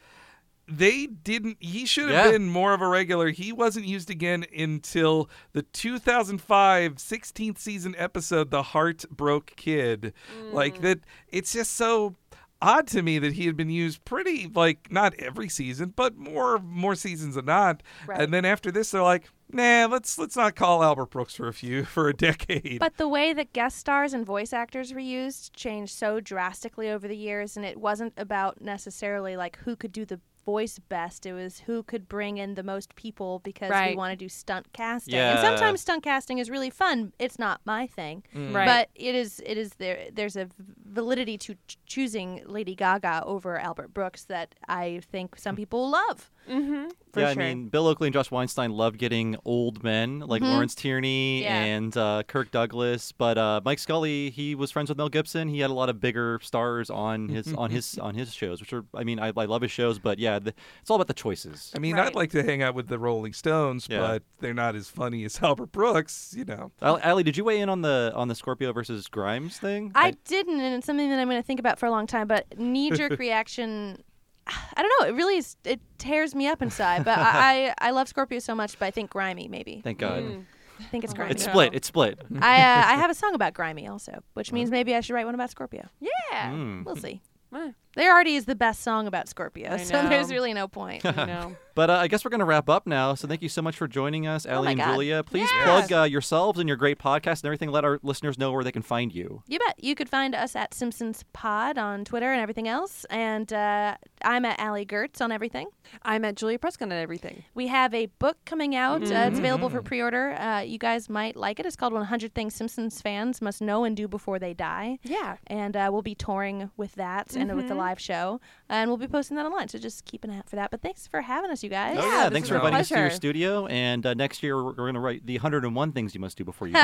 they didn't he should have
Yeah.
been more of a regular. He wasn't used again until the 2005 16th season episode The Heart Broke Kid. Like
Mm.
that it's just so odd to me that he had been used pretty like not every season, but more more seasons than not.
Right.
And then after this they're like, "Nah, let's let's not call Albert Brooks for a few for a decade."
But the way that guest stars and voice actors were used changed so drastically over the years, and it wasn't about necessarily like who could do the voice best. It was who could bring in the most people because we
Right.
want to do stunt casting. And
Uh,
Yeah.
sometimes stunt casting is really fun. It's not my thing,
Mm. Right.
but it is. It is there. There's a validity to ch- choosing Lady Gaga over Albert Brooks that I think some people love.
Mm-hmm.
Mm. yeah, I mean, Bill Oakley and Josh Weinstein love getting old men like
Mhm.
Lawrence Tierney
Yeah.
and uh, Kirk Douglas. But uh, Mike Scully, he was friends with Mel Gibson. He had a lot of bigger stars on his on his on his shows, which are, I mean, I, I love his shows, but yeah, the, it's all about the choices.
I mean, I'd like to hang out with the Rolling Stones,
Yeah.
but they're not as funny as Albert Brooks, you know.
Al- Ali, did you weigh in on the on the Scorpio versus Grimes thing?
I didn't, and it's something that I'm going to think about for a long time. But knee jerk reaction, I don't know. It really is, it tears me up inside. But I, I I love Scorpio so much, but I think grimy maybe.
Thank God.
Mm.
I think
Oh
it's grimy.
It's split. It's split.
I uh, I have a song about grimy also, which means maybe I should write one about Scorpio.
Yeah,
Mm.
we'll see.
Eh.
There already is the best song about Scorpio,
I
so there's
know.
really no point.
but uh, I guess we're going to wrap up now. So thank you so much for joining us,
Oh
Ali
my
and
God.
Julia. Please
Yes.
plug uh, yourselves and your great podcast and everything. Let our listeners know where they can find you.
You bet. You could find us at Simpsons Pod on Twitter and everything else. And uh, I'm at Allie Gertz on everything.
I'm at Julia Prescott on everything.
We have a book coming out. Uh, it's available for
Mm-hmm.
Mhm.
pre order. Uh, you guys might like it. It's called 100 Things Simpsons Fans Must Know and Do Before They Die.
Yeah.
And uh, we'll be touring with that and with the
Mhm.
live show. And we'll be posting that online. So just keep an eye out for that. But thanks for having us, you
Oh,
guys.
Oh, yeah, thanks for inviting us to your studio. And uh, next year, we're, we're going to write the 101 things you must do before you die.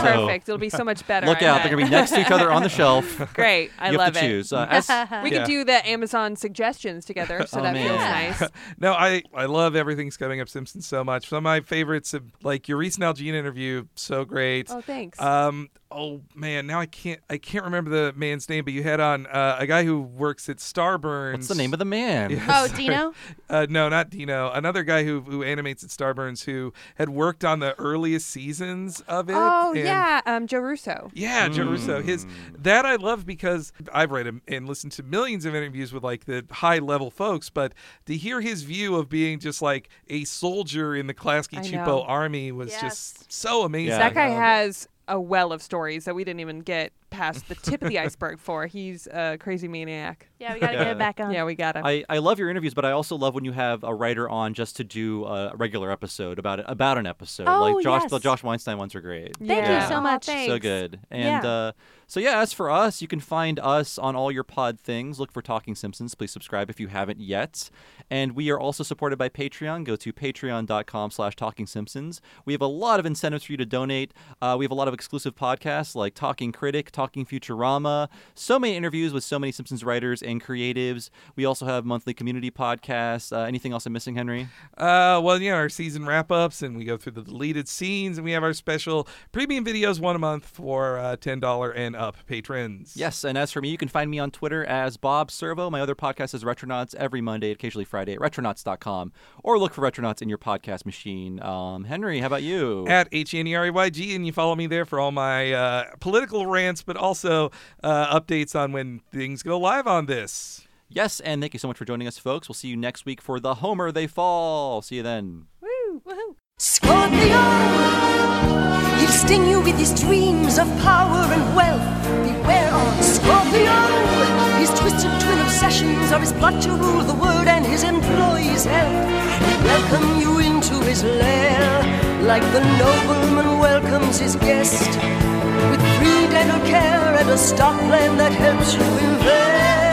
Oh,
So
perfect. It'll be so much better.
Look
I
out. They're
bet.
going to be next to each other on the shelf.
Great. I
you
love
have to
it.
choose. Uh, as-
we
Yeah.
could do the Amazon suggestions together, so
Oh,
that
man.
feels nice.
no, I, I love everything's coming up Simpsons so much. Some of my favorites, uh, like your recent Algene interview, so great.
Oh, thanks.
Um, oh man, now I can't I can't remember the man's name, but you had on uh, a guy who works at Starburns. What's
the name of the man?
Oh, Dino?
Uh, no, not Dino. Another guy who who animates at Starburns who had worked on the earliest seasons of it.
Oh
and-
yeah, um, Joe Russo.
yeah,
Hmm.
Joe Russo. His that I love because I've read him and listened to millions of interviews with like the high level folks, but to hear his view of being just like a soldier in the Klasky
I know.
Chupo army was just so amazing.
That guy has a well of stories that we didn't even get past the tip of the iceberg for. He's a crazy maniac.
Yeah, we
gotta get Yeah. it back
on. Yeah, we gotta.
I, I love your interviews, but I also love when you have a writer on just to do a regular episode about about an episode.
Oh,
like Josh, the
yes.
Josh Weinstein ones are great.
Thank you Yeah. so Aw, much.
So
thanks.
good. And
Yeah.
uh, so yeah, as for us, you can find us on all your pod things. Look for Talking Simpsons. Please subscribe if you haven't yet. And we are also supported by Patreon. Go to patreon.com slash talking simpsons. We have a lot of incentives for you to donate. Uh, we have a lot of exclusive podcasts like Talking Critic, Talking Futurama, so many interviews with so many Simpsons writers and creatives. We also have monthly community podcasts. Uh, anything else I'm missing, Henry?
Uh, well, you know, our season wrap ups and we go through the deleted scenes and we have our special premium videos one a month for uh, $10 and up patrons.
Yes, and as for me, you can find me on Twitter as Bob Servo. My other podcast is Retronauts every Monday, occasionally Friday at retronauts.com, or look for Retronauts in your podcast machine. Um, Henry, how about you?
At H N E R E Y G, and you follow me there for all my uh, political rants, but also uh, updates on when things go live on this.
yes, and thank you so much for joining us, folks. We'll see you next week for The Homer They Fall. See you then.
Woo! Woohoo! Scorpio! He'll sting you with his dreams of power and wealth. Beware of Scorpio! His twisted twin obsessions are his plot to rule the world and his employees' health. He'll welcome you into his lair, like the nobleman welcomes his guest. With greed and a care and a stock plan that helps you invest.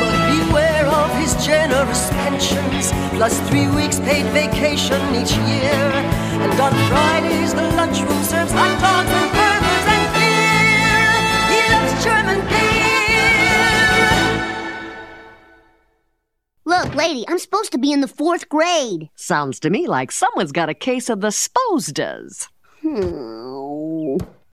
But beware of his generous pensions, plus three weeks paid vacation each year. And on Fridays, the lunchroom serves hot dogs and burgers and beer. He loves German beer.
Look, lady, I'm supposed to be in the fourth grade.
Sounds to me like someone's got a case of the sposdas.
Hmm.